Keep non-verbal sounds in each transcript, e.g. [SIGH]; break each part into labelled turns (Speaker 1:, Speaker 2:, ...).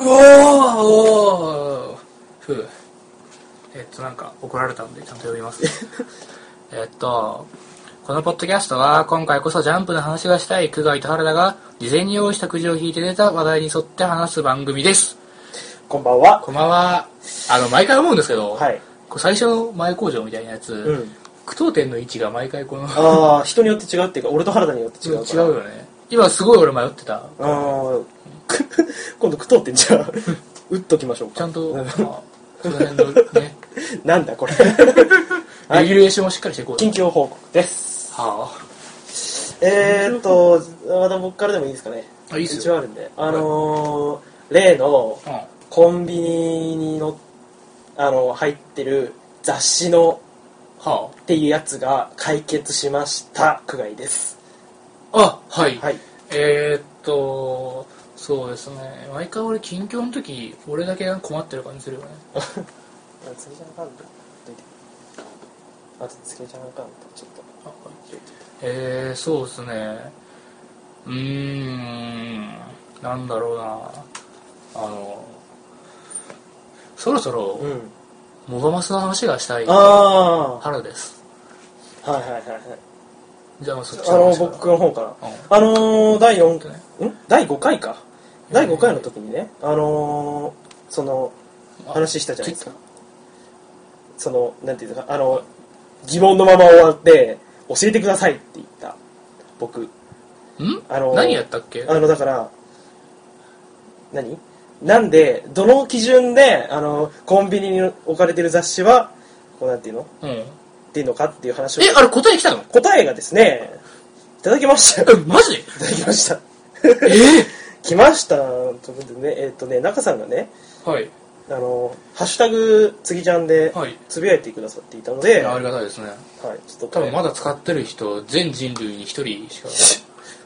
Speaker 1: うおーおーふうえっとなんか怒られたんでちゃんと読みます
Speaker 2: [LAUGHS]
Speaker 1: えっとこのポッドキャストは今回こそジャンプの話がしたい久我井と原田が事前に用意したくじを引いて出た話題に沿って話す番組です
Speaker 2: こんばんは。
Speaker 1: こんばんはあの毎回思うんですけど、
Speaker 2: はい。
Speaker 1: こう最初の前工場みたいなやつ、
Speaker 2: うん。
Speaker 1: 句読点の位置が毎回この
Speaker 2: ああ、人によって違うっていうか、俺と原田によって
Speaker 1: 違
Speaker 2: 違
Speaker 1: う
Speaker 2: うから。う。
Speaker 1: よね今すごい俺迷ってた
Speaker 2: ああ、 [LAUGHS] 今度句読点
Speaker 1: [LAUGHS]
Speaker 2: じゃあ、打っときましょうか。
Speaker 1: ちゃんと、
Speaker 2: う
Speaker 1: まあ、その辺のね
Speaker 2: なんだこれ。 [LAUGHS] は
Speaker 1: レ
Speaker 2: い
Speaker 1: ギュレーションをしっかりしていこう
Speaker 2: 近況報告です。
Speaker 1: は
Speaker 2: えーっと、また僕からでもいいですかね。
Speaker 1: ああいいっす
Speaker 2: 一応
Speaker 1: よ、
Speaker 2: あるんで。あのー、例の
Speaker 1: うん、
Speaker 2: コンビニにの、あの、入ってる雑誌の
Speaker 1: は
Speaker 2: っていうやつが解決しました。くがいです。
Speaker 1: ああはい、
Speaker 2: はい。
Speaker 1: えー、っとそうですね毎回俺近況の時俺だけが困ってる感じするよね
Speaker 2: あつけちゃんかんとどいてあとつけちゃんかんとちょっと
Speaker 1: あえー、そうですねうーんなんだろうなあのそろそろ
Speaker 2: ん
Speaker 1: モバマスの話がしたい
Speaker 2: ああは
Speaker 1: 原です
Speaker 2: いはいはいはい
Speaker 1: じゃあそっち
Speaker 2: あの
Speaker 1: 話から
Speaker 2: 僕の方から
Speaker 1: うん
Speaker 2: あのー、第4
Speaker 1: ね
Speaker 2: 回ん第5回か第5回の時にねあのー、その
Speaker 1: あ
Speaker 2: 話したじゃないですかそのなんていうのかあの疑問のまま終わって教えてくださいって言った僕
Speaker 1: ん
Speaker 2: あのー
Speaker 1: 何やったっけ
Speaker 2: あのだから何なんでどの基準であのコンビニに置かれてる雑誌はこうなんていうの
Speaker 1: うんえ
Speaker 2: っていうのかっていう話を
Speaker 1: あれ答え来
Speaker 2: [LAUGHS]
Speaker 1: たの
Speaker 2: 答えがですねいただきましたよ
Speaker 1: えマジ
Speaker 2: いただきました
Speaker 1: え
Speaker 2: 来ましたということでねえっ、とね中さんがね
Speaker 1: はい
Speaker 2: あの「ハッシュタグつぎちゃん」で
Speaker 1: はい
Speaker 2: つぶやいてくださっていたので、
Speaker 1: いやあ
Speaker 2: はい
Speaker 1: りがたいですね
Speaker 2: ちょっと
Speaker 1: 多
Speaker 2: こ
Speaker 1: 分
Speaker 2: れ
Speaker 1: まだ使ってる人全人類に一人しか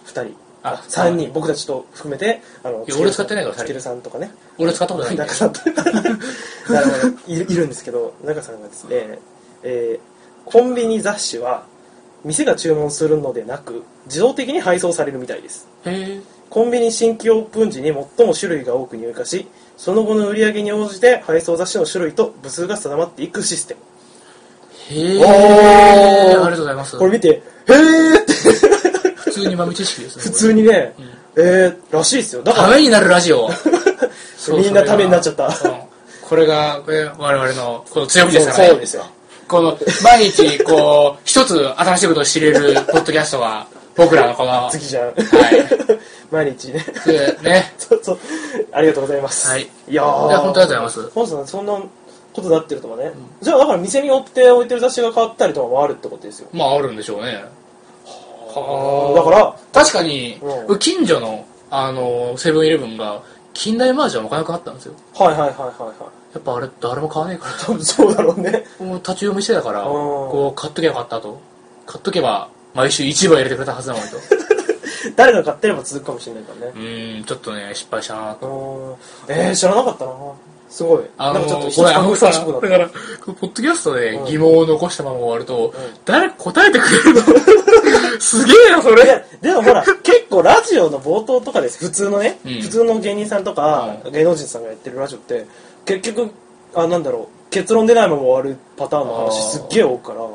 Speaker 2: 2人
Speaker 1: あ
Speaker 2: 3人僕たちと含めてあの
Speaker 1: いや俺使ってないから
Speaker 2: つけるさんとかね
Speaker 1: 俺使ったことないんだよ
Speaker 2: 中さんとあのいるいるんですけど中さんがですね、えーコンビニ雑誌は店が注文するのでなく自動的に配送されるみたいです
Speaker 1: へえ
Speaker 2: コンビニ新規オープン時に最も種類が多く入荷しその後の売り上げに応じて配送雑誌の種類と部数が定まっていくシステム
Speaker 1: へえ
Speaker 2: おー
Speaker 1: ありがとうございます
Speaker 2: これ見てへえって
Speaker 1: 普通に豆知識ですね
Speaker 2: 普通にね、えー、らしいですよだ
Speaker 1: た
Speaker 2: から
Speaker 1: めになるラジオそう
Speaker 2: [LAUGHS] みんなためになっちゃった
Speaker 1: それがうんこれがこれ我々のこの強みですからね
Speaker 2: そうですよ
Speaker 1: この毎日こう一つ新しいことを知れるポッドキャストが僕らのこのは
Speaker 2: 次じゃん
Speaker 1: い
Speaker 2: 毎日ね
Speaker 1: でね
Speaker 2: そうそう。ありがとうございます。
Speaker 1: はい
Speaker 2: いやー
Speaker 1: いや本当にありがとうございます
Speaker 2: 本当にそんなことになってるとかね。じゃあ、だから店によって置いてる雑誌が変わったりとかもあるってことですよ。
Speaker 1: まああるんでしょうねは
Speaker 2: だから、
Speaker 1: 確かに、
Speaker 2: う
Speaker 1: 近所のあのセブンイレブンが近代マージャン置かなくなったんですよ
Speaker 2: はいはいはいはいはい。
Speaker 1: やっぱあれ誰も買わねえか
Speaker 2: 多分そうだろうね。 [LAUGHS]
Speaker 1: らもう立ち読みしてたから
Speaker 2: うん
Speaker 1: こう買っとけばよかったと買っとけば毎週市場入れてくれたはずなのに
Speaker 2: [LAUGHS]
Speaker 1: とう
Speaker 2: 誰が買ってれば続くかもしれないからね。
Speaker 1: ーんちょっとね失敗したな
Speaker 2: う
Speaker 1: と
Speaker 2: ーん。えー、知らなかったな。すごい。
Speaker 1: あの
Speaker 2: なんかちょっと
Speaker 1: ー、
Speaker 2: 一
Speaker 1: これ
Speaker 2: つ
Speaker 1: あ
Speaker 2: 考
Speaker 1: の
Speaker 2: えた
Speaker 1: さ
Speaker 2: らしくな
Speaker 1: だ
Speaker 2: っ
Speaker 1: か
Speaker 2: た
Speaker 1: らポッドキャストで
Speaker 2: うん
Speaker 1: 疑問を残したまま終わると、
Speaker 2: うん
Speaker 1: 誰か答えてくれるの
Speaker 2: [LAUGHS]
Speaker 1: すげえなそ
Speaker 2: い
Speaker 1: れ
Speaker 2: やでも
Speaker 1: [LAUGHS]
Speaker 2: ほら結構ラジオの冒頭とかです普通のね、
Speaker 1: うん
Speaker 2: 普通の芸人さんとか、
Speaker 1: う
Speaker 2: 芸能人さんがやってるラジオって結局あなんだろう結論出ないまま終わるパターンの話
Speaker 1: あー
Speaker 2: すっげえ多いか
Speaker 1: あ
Speaker 2: ら
Speaker 1: あ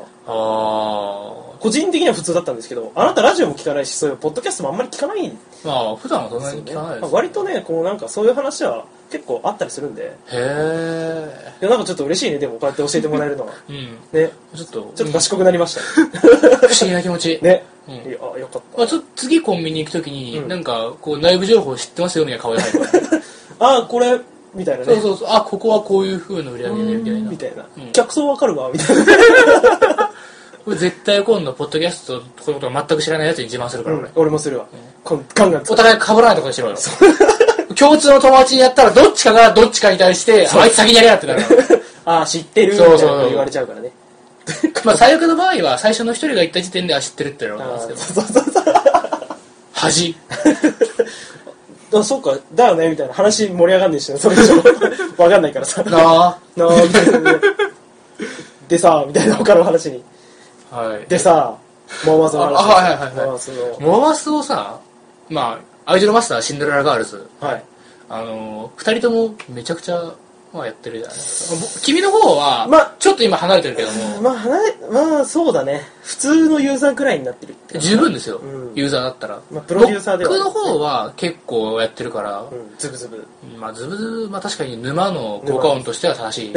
Speaker 2: 個人的には普通だったんですけどあなたラジオも聞かないしそういうポッドキャストもあんまり聞かないんで
Speaker 1: まあ普段はそんな
Speaker 2: すよ
Speaker 1: に
Speaker 2: ね
Speaker 1: 聞かないです、
Speaker 2: まあ割とねこうなんかそういう話は結構あったりするんで
Speaker 1: へえ
Speaker 2: いやなんかちょっと嬉しいねでもこうやって教えてもらえるのは [LAUGHS]
Speaker 1: うん
Speaker 2: ね
Speaker 1: ちょっと
Speaker 2: ちょっと賢くなりましたね
Speaker 1: 不思議な気持ち、
Speaker 2: ね、
Speaker 1: うん
Speaker 2: いやあよかった
Speaker 1: まあ、ちょっと次コンビニ行くときに、
Speaker 2: うん
Speaker 1: なんかこう内部情報知ってますよみたいな顔で
Speaker 2: [LAUGHS]
Speaker 1: 入るから
Speaker 2: あこれみたいなね
Speaker 1: そうそうそうあここはこういう風な売り上げでみたいな
Speaker 2: みたいな、
Speaker 1: うん
Speaker 2: 客層わかるわみたいな
Speaker 1: これ絶対今度ポッドキャストこのことは全く知らないやつに自慢するから俺、
Speaker 2: 俺もするわ、こん、ガンガン
Speaker 1: お互い被らないとこにしろよ [LAUGHS] 共通の友達にやったらどっちかがどっちかに対してあいつ先にやれやってなるから [LAUGHS]
Speaker 2: ああ知ってるみた
Speaker 1: そう
Speaker 2: い
Speaker 1: そ
Speaker 2: な
Speaker 1: うそう
Speaker 2: こと言われちゃうからね
Speaker 1: まあ最悪の場合は最初の一人が言った時点では知ってるってなるわけなん
Speaker 2: あ
Speaker 1: で
Speaker 2: ー
Speaker 1: すけど
Speaker 2: そうそうそう
Speaker 1: 恥
Speaker 2: あそうかだよねみたいな話盛り上がんねえしなそれ以上わかんないから [LAUGHS] さな
Speaker 1: な
Speaker 2: あみたいなでさみたいな他の話に
Speaker 1: あはい
Speaker 2: でさモーマスの話
Speaker 1: あはいはいはいはい
Speaker 2: モーマスの
Speaker 1: モアマスをさまあアイドルマスターシンデレラガールズ
Speaker 2: はい
Speaker 1: あのー、2人ともめちゃくちゃ、まあ、やってるじゃないですか。ぼ君の方は、
Speaker 2: ま
Speaker 1: ちょっと今離れてるけども、
Speaker 2: まあ、離れまあ、そうだね。普通のユーザーくらいになってるって感じ
Speaker 1: 十分ですよ、
Speaker 2: うん
Speaker 1: ユーザーだったら。
Speaker 2: まあプロデューサーでは
Speaker 1: 僕の方は結構やってるから、
Speaker 2: うん、ズブズブ。
Speaker 1: まあ、ずぶずぶ、まあ確かに沼の効果音としては正し
Speaker 2: [LAUGHS]
Speaker 1: い。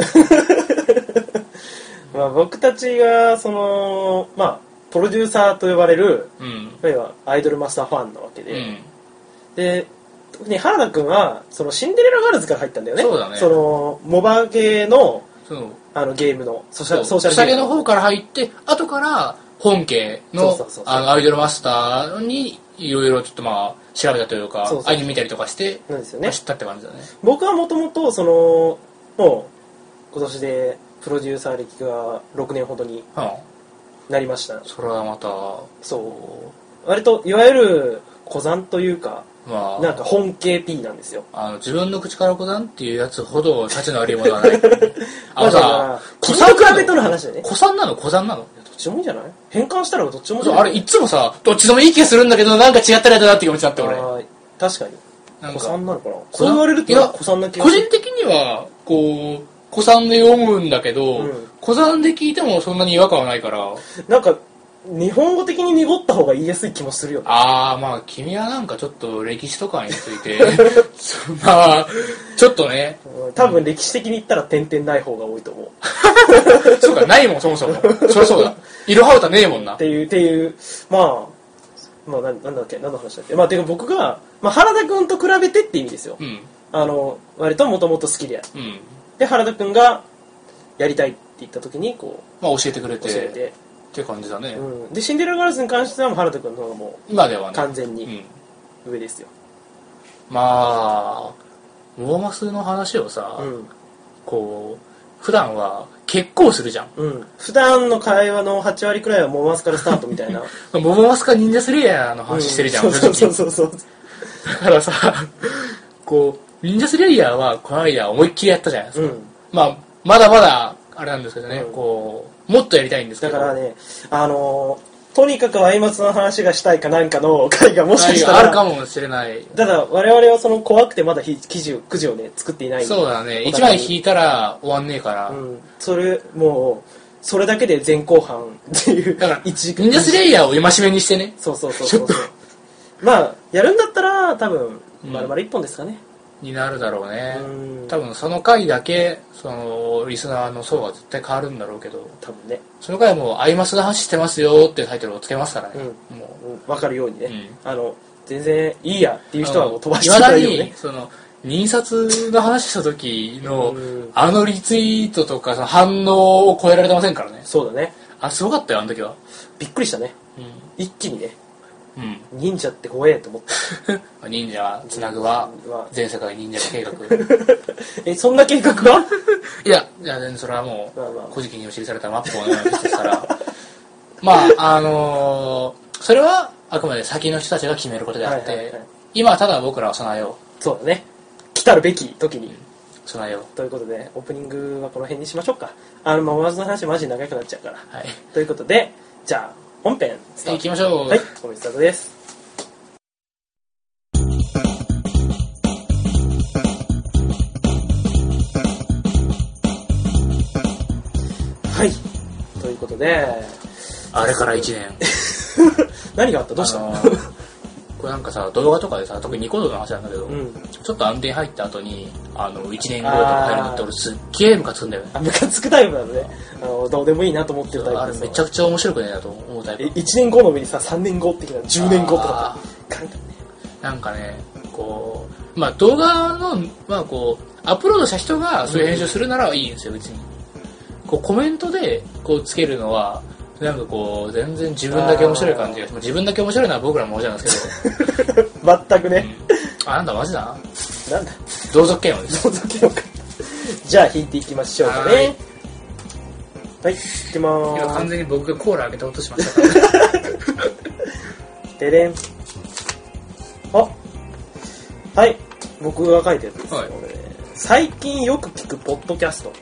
Speaker 2: まあ、僕たちが、その、まあ、プロデューサーと呼ばれる、
Speaker 1: うん。
Speaker 2: いわゆるアイドルマスターファンなわけ
Speaker 1: う
Speaker 2: で、
Speaker 1: ん。
Speaker 2: で、特に原田くんは、そのシンデレラガールズから入ったんだよね。
Speaker 1: そうだね
Speaker 2: の、モバ系の、
Speaker 1: そう。
Speaker 2: あの、ゲームの、ソーシャ
Speaker 1: そう
Speaker 2: ル、ソーシャル
Speaker 1: 下
Speaker 2: ゲ
Speaker 1: げ
Speaker 2: ーム
Speaker 1: の方から入って、後から本家の
Speaker 2: そうそうそうそう
Speaker 1: あのアイドルマスターにいろいろちょっとまあ調べたというか
Speaker 2: そうそう
Speaker 1: アニメ見たりとかして、
Speaker 2: なんですよ
Speaker 1: ま
Speaker 2: ね
Speaker 1: あ。知ったって感じだね。
Speaker 2: 僕はもともと、その、もう、今年で、プロデューサー歴が6年ほどに
Speaker 1: は
Speaker 2: なりました
Speaker 1: あ、。それはまた、
Speaker 2: そう。
Speaker 1: こ
Speaker 2: 割と、いわゆる、古参というか、
Speaker 1: うま
Speaker 2: なん
Speaker 1: あ、
Speaker 2: か本系 P なんですよ。
Speaker 1: あの自分の口から小算っていうやつほど価値のあるものは
Speaker 2: [LAUGHS]
Speaker 1: ない。あの
Speaker 2: だから
Speaker 1: さ、
Speaker 2: 君
Speaker 1: 小
Speaker 2: と
Speaker 1: 算
Speaker 2: 比べとる話だよね。
Speaker 1: 小算なの小算なの
Speaker 2: どっちもいいんじゃない変換したらどっちもいいんじ
Speaker 1: そう
Speaker 2: ゃ
Speaker 1: あ
Speaker 2: ない
Speaker 1: れ、いっつもさ、どっちでもいい気がするんだけど、なんか違ったらやだなって気持ちになって、俺。
Speaker 2: あー確かに。
Speaker 1: なん
Speaker 2: 子
Speaker 1: か
Speaker 2: さんなのかな
Speaker 1: 子
Speaker 2: そ
Speaker 1: さ
Speaker 2: うん言われる
Speaker 1: いや
Speaker 2: と、子さんな気が
Speaker 1: 個
Speaker 2: す
Speaker 1: 人
Speaker 2: る。
Speaker 1: 的には、こう、子さんで読むんだけど、
Speaker 2: うん
Speaker 1: 子さんで聞いてもそんなに違和感はないから、
Speaker 2: なんか、日本語的に濁った方が言いやすい気もするよね。
Speaker 1: あー、まあ、君はなんかちょっと歴史とかについ
Speaker 2: [LAUGHS]
Speaker 1: て、そうまあ、ちょっとね、
Speaker 2: うん多分歴史的に言ったら点々ない方が多いと思う。
Speaker 1: そうか、ないもん、そもそも。そりゃそうだ。いろは歌ねえもんな
Speaker 2: っ。ていう、っていう、まあ、まあ、なんなんだっけ、何の話だっけ。まあ、てか僕が、まあ、原田くんと比べてって意味ですよ
Speaker 1: う。ん、
Speaker 2: あの、割ともともと好きでやる。
Speaker 1: うん。
Speaker 2: で、原田くんが、やりたいって言った時に、こ
Speaker 1: まあ、教えてくれ
Speaker 2: う、教
Speaker 1: て、
Speaker 2: え。
Speaker 1: ってて感じだね。
Speaker 2: うん。で、シンデレラガールズに関しては、もう原田くんの方がも
Speaker 1: 今ではね。
Speaker 2: う、完全
Speaker 1: う
Speaker 2: に
Speaker 1: ん。
Speaker 2: 上ですよ。
Speaker 1: まあ、モーマスの話をさ、
Speaker 2: うん。
Speaker 1: こう、普段は結構するじゃん。
Speaker 2: うん。普段の会話の8割くらいはモーマスからスタートみたいな。
Speaker 1: モモマスか忍者スレイヤーの [LAUGHS] 話してるじゃん、
Speaker 2: うそう
Speaker 1: 正
Speaker 2: そう
Speaker 1: 直
Speaker 2: そうそう。
Speaker 1: だからさ、こう、忍者スレイヤーはこの間思いっきりやったじゃないです
Speaker 2: う
Speaker 1: か。
Speaker 2: ん。
Speaker 1: まあ、まだまだ、あれなんですけどね、
Speaker 2: うん
Speaker 1: こう、もっとやりたいんですけ
Speaker 2: だ
Speaker 1: ど。
Speaker 2: からね、あのーとにかくアイマスの話がしたいかなんかの回がもしかしたら、
Speaker 1: あるかもしれない。
Speaker 2: ただ我々はその怖くてまだひ記事を、くじをね、作っていない。
Speaker 1: そうだね。一枚引いたら終わんねえから。
Speaker 2: うん。それ、もう、それだけで前後半っていう、
Speaker 1: だから、
Speaker 2: 一
Speaker 1: 忍者スレイヤーを戒めにしてね、
Speaker 2: そうそうそうそうそう。まあ、やるんだったら、多分、
Speaker 1: うん
Speaker 2: 丸々一本ですかね。
Speaker 1: になるだろうね。
Speaker 2: うん
Speaker 1: 多分その回だけ、その、リスナーの層は絶対変わるんだろうけど、
Speaker 2: 多分ね。
Speaker 1: その回はもう、アイマスの話してますよっていうタイトルをつけますからね。もう
Speaker 2: うんわかるようにね。
Speaker 1: うん
Speaker 2: あの、全然いいやっていう人はもう飛ばして
Speaker 1: い
Speaker 2: く
Speaker 1: まだ
Speaker 2: れるよ
Speaker 1: に
Speaker 2: ね。
Speaker 1: その印刷の話した時の
Speaker 2: うん
Speaker 1: あのリツイートとかその反応を超えられてませんからね
Speaker 2: そうだね。
Speaker 1: あすごかったよあの時は
Speaker 2: びっくりしたね。
Speaker 1: う
Speaker 2: 一気にね、
Speaker 1: ん、うん
Speaker 2: 忍者って怖えと思った。
Speaker 1: 忍者はつなぐは
Speaker 2: は
Speaker 1: 全世界忍者計画
Speaker 2: [LAUGHS] え、そんな計画
Speaker 1: [LAUGHS]
Speaker 2: はい
Speaker 1: やいや全然それはもう
Speaker 2: まあまあ
Speaker 1: 古事記にお知りされたマップをお願いしてから [LAUGHS] まああのーそれはあくまで先の人たちが決めることであって、
Speaker 2: はいはいはい
Speaker 1: 今はただ僕らは備えよ
Speaker 2: そうだね。来たるべき時に。
Speaker 1: う備えよう
Speaker 2: ということで、オープニングはこの辺にしましょうか。あの、まあ、ワーズの話マジ長くなっちゃうから。
Speaker 1: はい
Speaker 2: ということで、じゃあ、本編、スタ
Speaker 1: 行
Speaker 2: ー
Speaker 1: きましょう
Speaker 2: ト。はい、コメントスタートです。はい。ということで、
Speaker 1: あれから1年
Speaker 2: 何があったどうした、
Speaker 1: あのーこれなんかさ動画とかでさ特にニコ動の話なんだけど、
Speaker 2: うん。
Speaker 1: ちょっと安定入った後にあの1年後とか入るのって
Speaker 2: あー
Speaker 1: 俺すっげえムカつくんだよね
Speaker 2: あ、ムカつくタイプなのね。あの、どうでもいいなと思ってるタ
Speaker 1: あ
Speaker 2: イプ
Speaker 1: れ
Speaker 2: です
Speaker 1: めちゃくちゃ面白くねえなと思うタイプ
Speaker 2: え1年後の上にさ3年後ってきたら10年後とかって考
Speaker 1: なんかねこうまあ動画のまあこうアップロードした人がそういう編集するならいいんですよ別にこうコメントでこうつけるのはなんかこう全然自分だけ面白い感じが
Speaker 2: あー
Speaker 1: まあ自分だけ面白いのは僕らもじゃなんですけど
Speaker 2: えた全くね、
Speaker 1: [LAUGHS] あなんだマジだ
Speaker 2: なんだ
Speaker 1: 同族嫌悪です
Speaker 2: その時のかじゃあ引いていきましょうか
Speaker 1: は
Speaker 2: ねはいい引きま
Speaker 1: いや
Speaker 2: ー
Speaker 1: 完
Speaker 2: す
Speaker 1: 全に僕がコーラ開けて落としましたから
Speaker 2: ででんあはい僕が書いたやつです、
Speaker 1: はい
Speaker 2: これね最近よく聞くポッドキャスト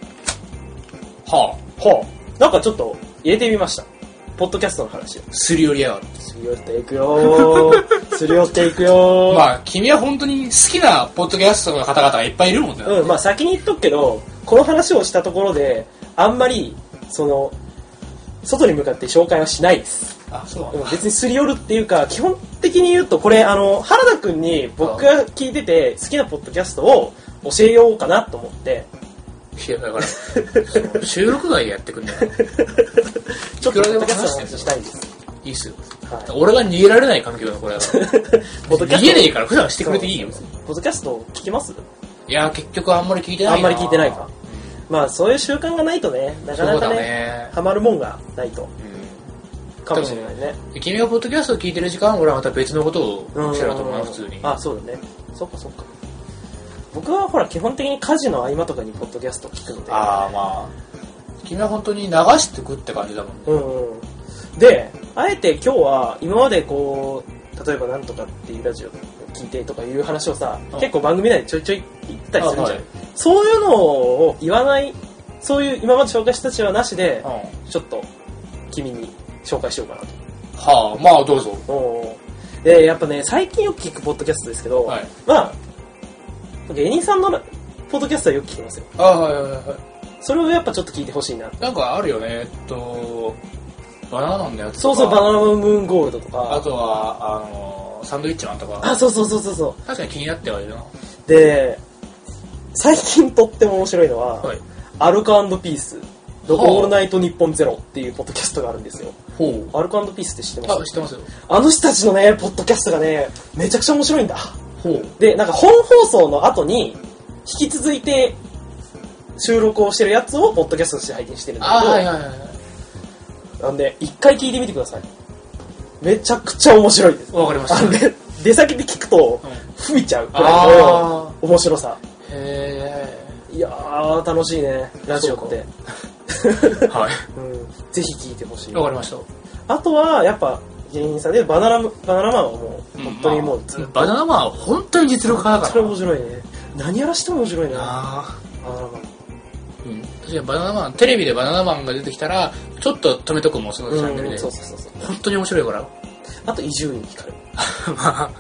Speaker 1: は
Speaker 2: はあなんかちょっと入れてみましたポッドキャストの話を。
Speaker 1: すり寄りやがる。
Speaker 2: すり寄っていくよー。 [LAUGHS] すり寄っていくよー。
Speaker 1: まあ、君は本当に好きなポッドキャストの方々がいっぱいいるもんね。
Speaker 2: うん、まあ先に言っとくけど、この話をしたところで、あんまり、その、外に向かって紹介はしないです。
Speaker 1: あ、そうなん
Speaker 2: で
Speaker 1: だ
Speaker 2: も別にすり寄るっていうか、基本的に言うと、これ、あの、原田くんに僕が聞いてて好きなポッドキャストを教えようかなと思って、
Speaker 1: いや、だから、その収録外でやってくんだよ。
Speaker 2: ちょっと
Speaker 1: いくらで
Speaker 2: ポッド
Speaker 1: も
Speaker 2: キャス
Speaker 1: 話
Speaker 2: トの
Speaker 1: して
Speaker 2: 話したいんです。
Speaker 1: いいっすよ。
Speaker 2: はい。
Speaker 1: 俺が逃げられない環境だよ、これは。
Speaker 2: [LAUGHS] ポッドキャス
Speaker 1: 逃
Speaker 2: ト
Speaker 1: げねえから普段してくれていいよ。
Speaker 2: そうポッドキャスト聞きます
Speaker 1: いや、結局あんまり聞いてないな。
Speaker 2: あんまり聞いてないか
Speaker 1: うん。
Speaker 2: まあそういう習慣がないとね、なか
Speaker 1: そ
Speaker 2: な
Speaker 1: う
Speaker 2: か
Speaker 1: だ
Speaker 2: ね、
Speaker 1: ね。
Speaker 2: ハマるもんがないと、かもしれないね。
Speaker 1: うんで君がポッドキャストを聞いてる時間は俺はまた別のことをしてると思うな、普通に。
Speaker 2: あそうだねそっかそっか僕はほら基本的に家事の合間とかにポッドキャスト聞くので
Speaker 1: あー、まあ。君は本当に流してくって感じだもんね。
Speaker 2: うんうんであえて今日は今までこう例えば「なんとか」っていうラジオ聞いてとかいう話をさ
Speaker 1: うん
Speaker 2: 結構番組内でちょいちょい言ったりするじゃん、
Speaker 1: あはい
Speaker 2: そういうのを言わないそういう今まで紹介したちはなしで
Speaker 1: うん
Speaker 2: ちょっと君に紹介しようかなと
Speaker 1: はあ、まあどうぞ。
Speaker 2: おーでやっぱね最近よく聞くポッドキャストですけど、
Speaker 1: はい。
Speaker 2: まあ芸人さんのポッドキャストはよく聞きますよ
Speaker 1: あはいはいはいは。
Speaker 2: それをやっぱちょっと聞いてほしいない
Speaker 1: なんかあるよね、えっと、バナナマンのやつ
Speaker 2: そ
Speaker 1: と
Speaker 2: う
Speaker 1: か。
Speaker 2: そうバナナムーンゴールドと
Speaker 1: あ
Speaker 2: か
Speaker 1: とは、あの、サンドイッチマンと
Speaker 2: あ
Speaker 1: か。
Speaker 2: そうそうそうそうそ
Speaker 1: 確かに気になってはいるな。
Speaker 2: うで最近とっても面白いのは、
Speaker 1: はい。
Speaker 2: アルカピースの
Speaker 1: はあ
Speaker 2: オールナイトニッポンゼロっていうポッドキャストがあるんですよ
Speaker 1: ほう。
Speaker 2: アルカピースって知ってま
Speaker 1: あ、
Speaker 2: す
Speaker 1: 知ってますよ。
Speaker 2: あの人たちのねポッドキャストがねめちゃくちゃ面白いんだ
Speaker 1: ほう。
Speaker 2: でなんか本放送の後に引き続いて収録をしてるやつをポッドキャストとして拝見してるんだけ
Speaker 1: あ
Speaker 2: ど、
Speaker 1: はいはいはい。
Speaker 2: なんで、一回聞いてみてください。めちゃくちゃ面白いです。
Speaker 1: わかりま
Speaker 2: あ
Speaker 1: し
Speaker 2: の
Speaker 1: た。
Speaker 2: ね、出先で聞くと
Speaker 1: うん、
Speaker 2: 吹いちゃうくらいの
Speaker 1: あ
Speaker 2: 面白さ。
Speaker 1: ー。へ
Speaker 2: いやー、楽しいね、ラジオって。
Speaker 1: え。はい。
Speaker 2: うん、ぜひ聞いてほしい。
Speaker 1: わかりました。
Speaker 2: あとは、やっぱ、芸人さんで、バナナム、バナナマンはもう、
Speaker 1: うん
Speaker 2: 本当にもう、
Speaker 1: まあ
Speaker 2: ずっと
Speaker 1: バナナマンは本当に実力派だ
Speaker 2: それ
Speaker 1: から
Speaker 2: 面白いね。何やらしても面白いな、
Speaker 1: なあ
Speaker 2: バナナマン。
Speaker 1: うん確かにバナナマンテレビでバナナマンが出てきたらちょっと止めとくもんそのチャンネル
Speaker 2: う
Speaker 1: で
Speaker 2: ん、そうそうそうそう。
Speaker 1: 本当に面白い
Speaker 2: [LAUGHS]
Speaker 1: から
Speaker 2: あと、伊集院光。
Speaker 1: まあ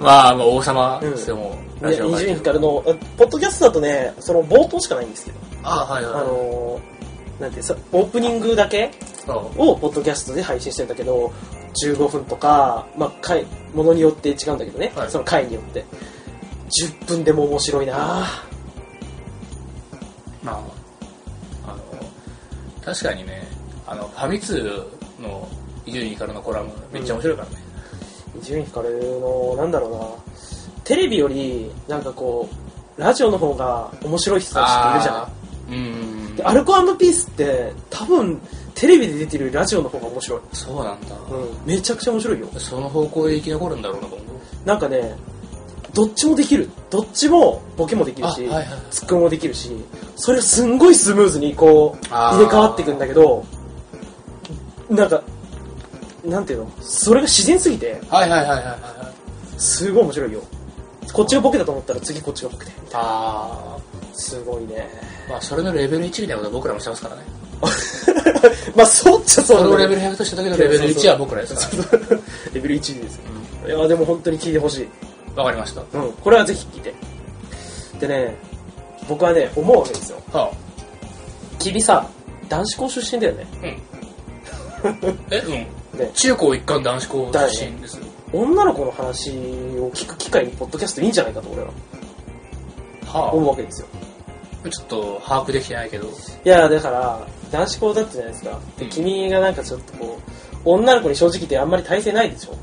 Speaker 1: まあまあ王様ですよもうラ
Speaker 2: ね
Speaker 1: ジオ
Speaker 2: 伊
Speaker 1: 界
Speaker 2: 集院光の、あポッドキャストだとね、その冒頭しかないんですけど、
Speaker 1: あはい
Speaker 2: あ
Speaker 1: はいはい
Speaker 2: のー、なんてさ、オープニングだけ
Speaker 1: そ
Speaker 2: をポッドキャストで配信してんだけど15分とか、まあ、回ものによって違うんだけどね、
Speaker 1: はい
Speaker 2: その回によって10分でも面白いな
Speaker 1: うまああの確かにねあのファミ通の伊集院光のコラムめっちゃ面白いからね
Speaker 2: 伊集院光のなんだろうなテレビよりなんかこうラジオの方が面白い人たちっているじゃな
Speaker 1: い
Speaker 2: い
Speaker 1: うん
Speaker 2: でアルコピースって多分テレビで出てるラジオの方が面白い、
Speaker 1: そうなんだ
Speaker 2: うん、めちゃくちゃ面白いよ
Speaker 1: その方向で生き残るんだろうなと思う
Speaker 2: なんかねどっちもできるどっちもボケもできるし、
Speaker 1: あはいはい
Speaker 2: ツッコミもできるし、それをすんごいスムーズにこう、
Speaker 1: あー
Speaker 2: 入れ替わっていくんだけど、なんか、なんていうのそれが自然すぎて、
Speaker 1: はいはいはいはいはいはい
Speaker 2: すごい面白いよ。こっちがボケだと思ったら次こっちがボケて。
Speaker 1: あ
Speaker 2: すごいね。
Speaker 1: あまあそれのレベル1みたいなことは僕らもしてますからね
Speaker 2: まあ、そうっちゃ
Speaker 1: それ
Speaker 2: そ
Speaker 1: を
Speaker 2: う
Speaker 1: レ
Speaker 2: だ
Speaker 1: ベ
Speaker 2: ね。
Speaker 1: ル100とした時のレベル1は僕らですから
Speaker 2: レベル1です。いや、でも本当に聞いてほしい。
Speaker 1: うんわかりました
Speaker 2: うん。これはぜひ聞いて。でね、僕はね、思うわけですよ。
Speaker 1: はあ
Speaker 2: 君さ、男子校出身だよね。
Speaker 1: [LAUGHS] えうん
Speaker 2: ね、
Speaker 1: 中高一貫男子校出身ですよ
Speaker 2: 女の子の話を聞く機会にポッドキャストいいんじゃないかと俺は思
Speaker 1: は
Speaker 2: うわけですよ。
Speaker 1: あちょっと把握できてないけど
Speaker 2: いやだから男子校だったじゃないですかで
Speaker 1: うん
Speaker 2: 君がなんかちょっとこう女の子に正直言ってあんまり耐性ないでしょ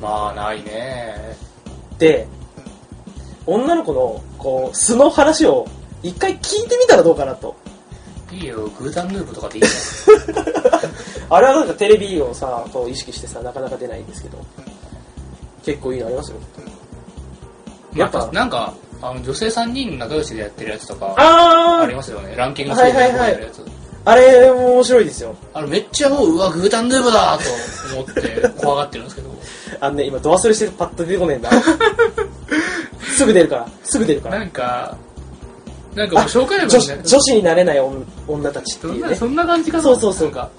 Speaker 1: まあないね
Speaker 2: で女の子のこう素の話を一回聞いてみたらどうかなと
Speaker 1: いいよグータンヌーブとかでいいよ
Speaker 2: あれはなんかテレビをさこう意識してさなかなか出ないんですけど結構いいのありますよ
Speaker 1: [LAUGHS] やっ
Speaker 2: やっ
Speaker 1: ぱ
Speaker 2: ぱ
Speaker 1: なんかあの女性3人仲良しでやってるやつとかあ
Speaker 2: あ
Speaker 1: り
Speaker 2: ー
Speaker 1: ますよねランキング制でやってるやつ
Speaker 2: あれも面白いですよ
Speaker 1: あのめっちゃもううわグータンヌーブだと思って怖がってるんですけど
Speaker 2: あのね今ドアスレしてパッと出てこ [LAUGHS] ねえんだすぐ出るからすぐ出るから
Speaker 1: なんか、なんかもう紹介文
Speaker 2: 女
Speaker 1: みたい
Speaker 2: 子
Speaker 1: な。
Speaker 2: 女子になれない女女たちって
Speaker 1: そ
Speaker 2: い
Speaker 1: ん
Speaker 2: う
Speaker 1: な、
Speaker 2: ね
Speaker 1: そんな感じかな
Speaker 2: そうそうそう
Speaker 1: なんか。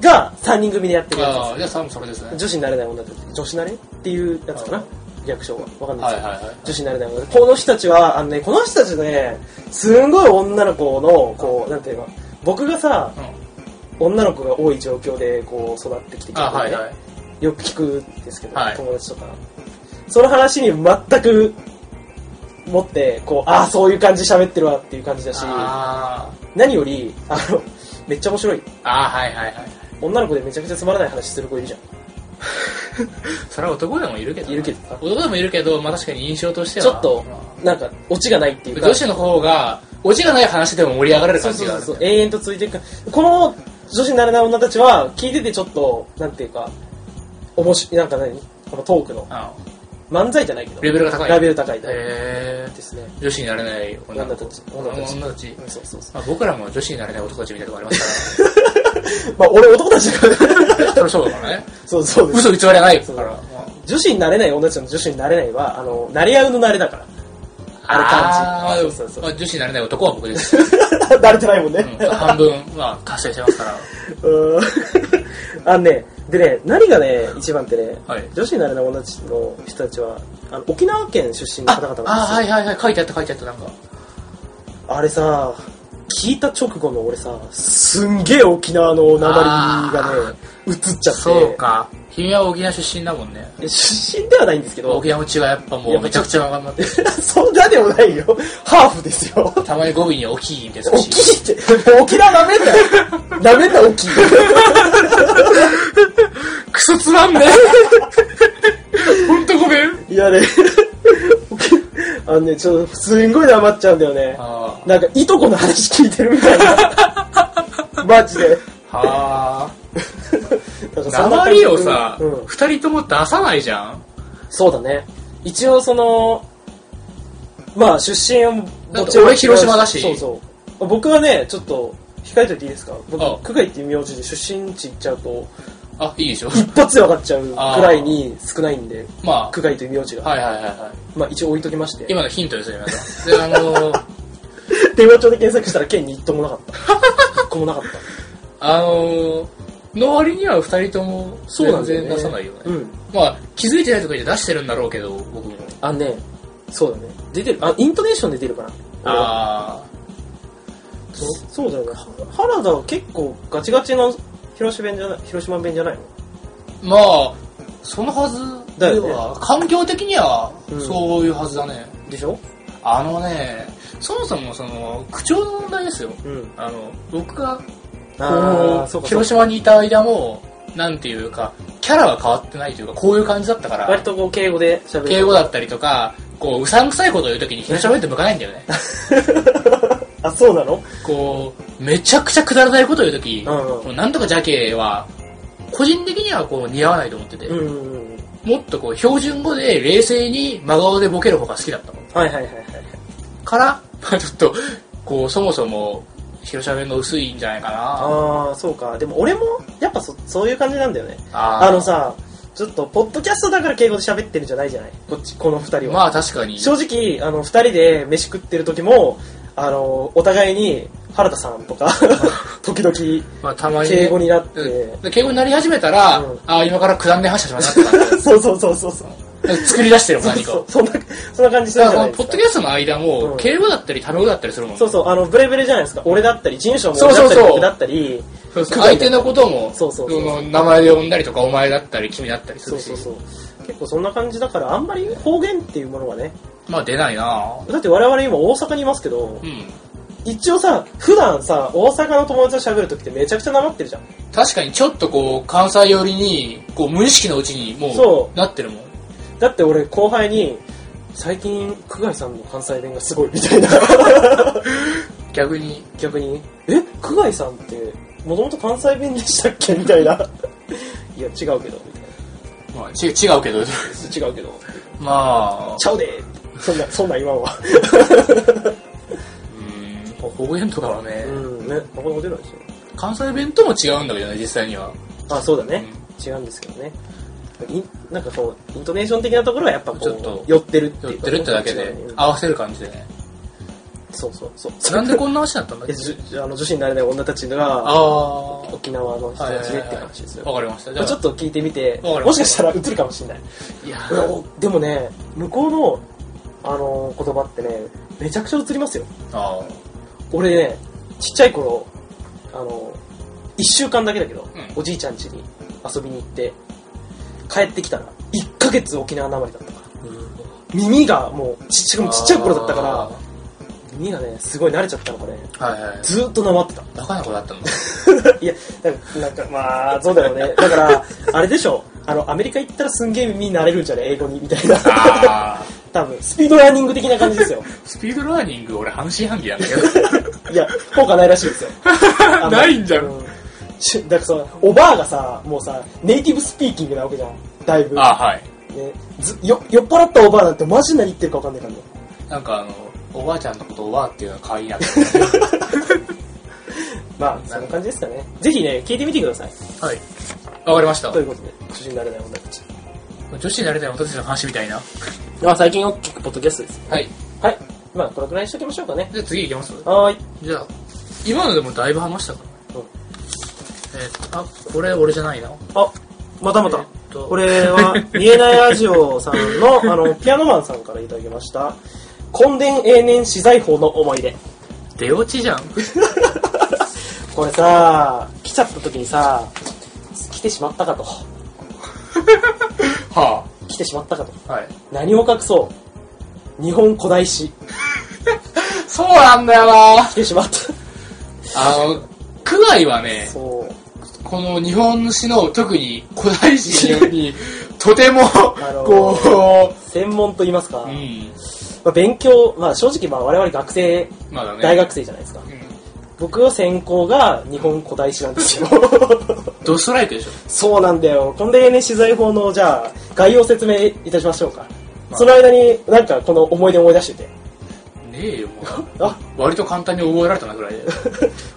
Speaker 2: が3人組でやってるや
Speaker 1: ああ、じゃあ多分それです
Speaker 2: つで
Speaker 1: ね
Speaker 2: す。女子になれない女たち女子なれっていうやつかな略称はわかんな
Speaker 1: は
Speaker 2: い
Speaker 1: い
Speaker 2: です
Speaker 1: は
Speaker 2: け
Speaker 1: い
Speaker 2: ど、
Speaker 1: はい。
Speaker 2: 女子になれない女この人たちはあのねこの人たちねすんごい女の子のこうなんていうの僕がさ
Speaker 1: うん。
Speaker 2: 女の子が多い状況でこう育ってきてきた
Speaker 1: あ、
Speaker 2: の
Speaker 1: は
Speaker 2: で
Speaker 1: いはい。
Speaker 2: よく聞くんですけど、
Speaker 1: はい
Speaker 2: 友達とかその話に全く持ってこうああそういう感じで喋ってるわっていう感じだし
Speaker 1: あ
Speaker 2: 何よりあのめっちゃ面白い
Speaker 1: ーあー、はいはいはい。
Speaker 2: 女の子でめちゃくちゃつまらない話する子いるじゃん
Speaker 1: それは男でもいるけどない
Speaker 2: るけどさ
Speaker 1: 男でもいるけど、まあ確かに印象としては。
Speaker 2: ちょっとなんかオチがないっていううんか
Speaker 1: 女子の方が、オチがない話でも盛り上がれる
Speaker 2: そう
Speaker 1: 感
Speaker 2: そ
Speaker 1: じ
Speaker 2: う
Speaker 1: があ
Speaker 2: そう
Speaker 1: る。
Speaker 2: そう永遠と続いていくこの女子になれない女たちは聞いててちょっとなんていうかおもしなんか何このトークの
Speaker 1: あ
Speaker 2: 漫才じゃないけど
Speaker 1: レベルが高い。
Speaker 2: レベル高い
Speaker 1: え
Speaker 2: ですね
Speaker 1: ー、女子になれない女
Speaker 2: 女
Speaker 1: の子
Speaker 2: たち女たち
Speaker 1: 女たち
Speaker 2: うんそうそうそ
Speaker 1: まあ、僕らも女子になれない男たちみたいなとこあります
Speaker 2: うまあ俺男たちだから [LAUGHS]
Speaker 1: から、それそうだからね。
Speaker 2: そうそうです
Speaker 1: 嘘偽りはないから。
Speaker 2: 女子になれない女たちの女子になれないはあの慣れ合うの慣れだからある感
Speaker 1: そ
Speaker 2: じそうう
Speaker 1: そ
Speaker 2: そううそう
Speaker 1: まあ、女子になれない男は僕です。うん
Speaker 2: [LAUGHS] 慣れてないもんね、
Speaker 1: 半分は達成してますから。
Speaker 2: うーん [LAUGHS] あのね、でね、何がね、一番ってね、
Speaker 1: はい
Speaker 2: 女子になれない女たちの人たちは、あの沖縄県出身の
Speaker 1: あ
Speaker 2: 方々
Speaker 1: あ、
Speaker 2: なん
Speaker 1: は
Speaker 2: ですよ。
Speaker 1: いはいはい。書いてあった書いてあった、なんか。
Speaker 2: あれさ、聞いた直後の俺さ、すんげえ沖縄の鉛がね、映っちゃって。
Speaker 1: そうか。君は沖縄出身だもんね。
Speaker 2: え出身ではないんですけど [LAUGHS]
Speaker 1: 沖、縄の血はやっぱも
Speaker 2: や
Speaker 1: う
Speaker 2: っぱ
Speaker 1: めちゃくちゃ頑張ってる。
Speaker 2: そんなでもないよ。ハーフです
Speaker 1: [LAUGHS]
Speaker 2: よ。
Speaker 1: たまに語尾に大きいみたいな。
Speaker 2: 大きいって、沖縄なめんなよ。
Speaker 1: [LAUGHS]
Speaker 2: なめんな、大きい。
Speaker 1: クソつまんねえ。ほんとごめん。
Speaker 2: いやね、沖あのね、ちょっと、すんごい黙っちゃうんだよね。
Speaker 1: は
Speaker 2: なんか、いとこの話聞いてるみた
Speaker 1: [LAUGHS]
Speaker 2: いな。マジで。
Speaker 1: あ。
Speaker 2: なんかそんな感
Speaker 1: 鉛
Speaker 2: じ
Speaker 1: をさ
Speaker 2: うん、、
Speaker 1: 二人とも出さないじゃん。
Speaker 2: そうだね。一応その、まあ出身は
Speaker 1: だって俺広島だし
Speaker 2: そうそう。僕はね、ちょっと、控えといていいですか僕
Speaker 1: あ、
Speaker 2: 久我井っていう名字で出身地行っちゃうと、
Speaker 1: あ、いいで
Speaker 2: [LAUGHS]
Speaker 1: しょ。
Speaker 2: 一発で分かっちゃうくらいに少ないんで、
Speaker 1: ま
Speaker 2: 久我井という名字
Speaker 1: あ。
Speaker 2: が。
Speaker 1: はいはいはいはい。
Speaker 2: まあ一応置いときまして。
Speaker 1: 今のヒントですよ、皆さん。で、あ
Speaker 2: [LAUGHS]
Speaker 1: のー、
Speaker 2: 電話帳で検索したら県に一個もなか
Speaker 1: [LAUGHS]
Speaker 2: った。一個もなかった。
Speaker 1: あのー、の割には二人とも
Speaker 2: そうなん
Speaker 1: 全
Speaker 2: だよね
Speaker 1: 然出さないよね。
Speaker 2: うん。
Speaker 1: まあ、気づいてないとこで出してるんだろうけど、僕も。
Speaker 2: あのね、そうだね。出てる。あ、イントネーションで出るかな。俺は
Speaker 1: あ
Speaker 2: そそうだよね。は原田は結構ガチガチの広島弁じゃない、広島弁じゃない
Speaker 1: あ。ま
Speaker 2: の
Speaker 1: あ、そのはず
Speaker 2: だ
Speaker 1: で
Speaker 2: よね
Speaker 1: は、環境的には
Speaker 2: うん
Speaker 1: そういうはずだね。
Speaker 2: でしょ
Speaker 1: あのね、そもそもその、口調の問題ですよ。
Speaker 2: うん。
Speaker 1: あの、僕が、
Speaker 2: あ
Speaker 1: こ
Speaker 2: あ、そう
Speaker 1: う、
Speaker 2: かそう
Speaker 1: 広
Speaker 2: か。
Speaker 1: 島にいた間も、なんていうか、キャラは変わってないというか、こういう感じだったから。
Speaker 2: 割とこう敬語で喋る。
Speaker 1: 敬語だったりとか、こう、うさんくさいことを言うときに広島弁って向かないんだよね。
Speaker 2: あ、そうなの
Speaker 1: こう、めちゃくちゃくだらないことを言うとき、
Speaker 2: うんうん
Speaker 1: こうなんとかジャケは、個人的にはこう似合わないと思ってて、
Speaker 2: うんうんうん。
Speaker 1: もっとこう標準語で冷静に真顔でボケる方が好きだったの。
Speaker 2: はいはいはいはい。
Speaker 1: から、まあちょっと、こう、そもそも広島弁が薄いんじゃないかな。
Speaker 2: ああ、そうか。でも俺も、やっぱそそういう感じなんだよね。
Speaker 1: あー
Speaker 2: あの、さ、ちょっと、ポッドキャストだから敬語で喋ってるんじゃないじゃないこっち、この二人は。
Speaker 1: まあ確かに、
Speaker 2: 正直、あの、二人で飯食ってる時も、あの、お互いに、原田さ
Speaker 1: [LAUGHS]
Speaker 2: んとか、時々、
Speaker 1: まあたまにね、
Speaker 2: 敬語になって、
Speaker 1: うんで敬語になり始めたら、
Speaker 2: うん
Speaker 1: ああ、今から九段で発射しまった
Speaker 2: そうそうそうそうそう。
Speaker 1: な。
Speaker 2: [LAUGHS]
Speaker 1: 作り出してるもん
Speaker 2: そう
Speaker 1: 何かを
Speaker 2: そう。そんな、そんな感じする
Speaker 1: だ
Speaker 2: じ
Speaker 1: か
Speaker 2: ゃ
Speaker 1: らこの
Speaker 2: ないで
Speaker 1: ポ
Speaker 2: す
Speaker 1: ッ
Speaker 2: か
Speaker 1: ドキ。ャストの間も
Speaker 2: うん
Speaker 1: 敬語だったりタメ語だったりするもんね
Speaker 2: そうそう、あの、ブレブレじゃないですか。俺だったり、人称も
Speaker 1: そう
Speaker 2: 俺
Speaker 1: そ
Speaker 2: だ
Speaker 1: う
Speaker 2: っ
Speaker 1: そ
Speaker 2: た
Speaker 1: う
Speaker 2: り、僕だったり、
Speaker 1: そうそう相手のことも
Speaker 2: そうそうそう
Speaker 1: その名前で呼んだりとかお前だったり君だったりす
Speaker 2: そ
Speaker 1: る
Speaker 2: う
Speaker 1: し
Speaker 2: そうそう。結構そんな感じだから、あんまり方言っていうものがね。
Speaker 1: まあ出ないな
Speaker 2: だって我々今大阪にいますけど
Speaker 1: う、ん
Speaker 2: 一応さ、普段さ、大阪の友達と喋るときってめちゃくちゃなまってるじゃん。
Speaker 1: 確かにちょっとこう関西寄りにこう無意識のうちにも
Speaker 2: そう
Speaker 1: なってるもん
Speaker 2: だって俺後輩に、最近、久我井さんの関西弁がすごいみたいな。 [LAUGHS]
Speaker 1: 逆に
Speaker 2: 逆に、え久我井さんって、もともと関西弁でしたっけみたいな。いや、違うけど、みたい
Speaker 1: まあち違うけど [LAUGHS]
Speaker 2: な。違うけど。
Speaker 1: まあ
Speaker 2: ちゃうでそんな、そんなん言わんわ。
Speaker 1: うん方言とかはね、
Speaker 2: うん、ね、なかなか出ないですよ。
Speaker 1: 関西弁とも違うんだけどね実際には
Speaker 2: あ、そうだね。違うんですけどね。インなんかこう、イントネーション的なところはやっぱこう、
Speaker 1: ちょっと
Speaker 2: 寄ってるって
Speaker 1: 寄っ
Speaker 2: いうか
Speaker 1: てるってだけ
Speaker 2: 違
Speaker 1: で
Speaker 2: うねうん
Speaker 1: 合わせる感じでね
Speaker 2: そうそうそう。
Speaker 1: なんでこんな話になったんだっ
Speaker 2: え
Speaker 1: け
Speaker 2: じゅあの女子になれない女たちが
Speaker 1: ああ
Speaker 2: 沖縄の人
Speaker 1: はい
Speaker 2: た
Speaker 1: はいはい
Speaker 2: ちで
Speaker 1: はい
Speaker 2: って話ですよ。
Speaker 1: わかりましたじ
Speaker 2: ま
Speaker 1: ゃ
Speaker 2: あ
Speaker 1: あ
Speaker 2: ちょっと聞いてみて、
Speaker 1: わかりました
Speaker 2: もしかしたら映るか
Speaker 1: [LAUGHS]
Speaker 2: もしれない。
Speaker 1: いや
Speaker 2: いやおでもね、向こうの、あのー言葉ってね、めちゃくちゃ映りますよ。
Speaker 1: あ
Speaker 2: 俺ね、ちっちゃい頃、あのー、1週間だけだけど、
Speaker 1: うん
Speaker 2: おじいちゃん家に遊びに行って、帰ってきたら、1ヶ月沖縄なまりだったから。耳がもう、ちっちゃいちっちゃい頃だったから、耳がね、すごい慣れちゃったのかね、
Speaker 1: らはいはい
Speaker 2: ずーっとなまってた。
Speaker 1: バカな子だったの
Speaker 2: いや、なんか、なんかまあ、そうだよね。だから、 [LAUGHS] あれでしょ。あの、アメリカ行ったらすんげえ耳慣れるんじゃね英語に、みたいな。
Speaker 1: ああ
Speaker 2: 多分、スピードラーニング的な感じですよ。
Speaker 1: スピードラーニング俺半信半疑なんだけ
Speaker 2: いや、効果ないらしいですよ。あの [LAUGHS]
Speaker 1: どないんじゃ
Speaker 2: うんんしだからさ、おばあがさ、もうさ、ネイティブスピーキングなわけじゃん。だいぶ。
Speaker 1: あはい
Speaker 2: ね、ずよ酔っ払ったおばあなんてマジ何言ってるかわかんないからね。
Speaker 1: なんかあのおばあちゃんのことおばあっていうのは可愛いなって
Speaker 2: まあ、そんな感じですかね。ぜひね、聞いてみてください。
Speaker 1: はいわかりました
Speaker 2: ということで、女子になれない女たち。
Speaker 1: 女子になれたい私たちの話みたいな
Speaker 2: まあ、最近よく聞くポッドキャストです。
Speaker 1: はい
Speaker 2: はい。まあ、これくらいにしときましょうかね。
Speaker 1: じゃあ次行きます
Speaker 2: はーい。
Speaker 1: じゃあ今のでもだいぶ話したから、
Speaker 2: うん
Speaker 1: えーっとあこれ俺じゃないな
Speaker 2: あ、またまた。
Speaker 1: えーっと
Speaker 2: これ [LAUGHS] は、見えないラジオさんの、あの、ピアノマンさんからいただきました。根伝永年資材法の思い出。
Speaker 1: 出落ちじゃん
Speaker 2: これさ、来ちゃった時にさ、来てしまったかと。
Speaker 1: [LAUGHS] は
Speaker 2: 来てしまったかと。
Speaker 1: あはい
Speaker 2: 何を隠そう。日本古代史。
Speaker 1: そうなんだよな
Speaker 2: 来てしまった。
Speaker 1: あの区外はね
Speaker 2: そう。
Speaker 1: この日本史の特に古代史 [LAUGHS] にとても
Speaker 2: の
Speaker 1: こ
Speaker 2: 専門と言いますか。
Speaker 1: う、うん、
Speaker 2: まあ、勉強、まあ正直、まあ我々学生、
Speaker 1: まだね
Speaker 2: 大学生じゃないですか。
Speaker 1: うん
Speaker 2: 僕は専攻が日本古代史な
Speaker 1: [LAUGHS]
Speaker 2: んですよ。
Speaker 1: ドストライクでしょ
Speaker 2: そうなんだよ。こんで n 資材法の、じゃあ、概要説明いたしましょうか。
Speaker 1: まあ
Speaker 2: その間に、なんか、この思い出思い出してて。
Speaker 1: ねえよもう
Speaker 2: あ、
Speaker 1: 割と簡単に覚えられたなぐらいで、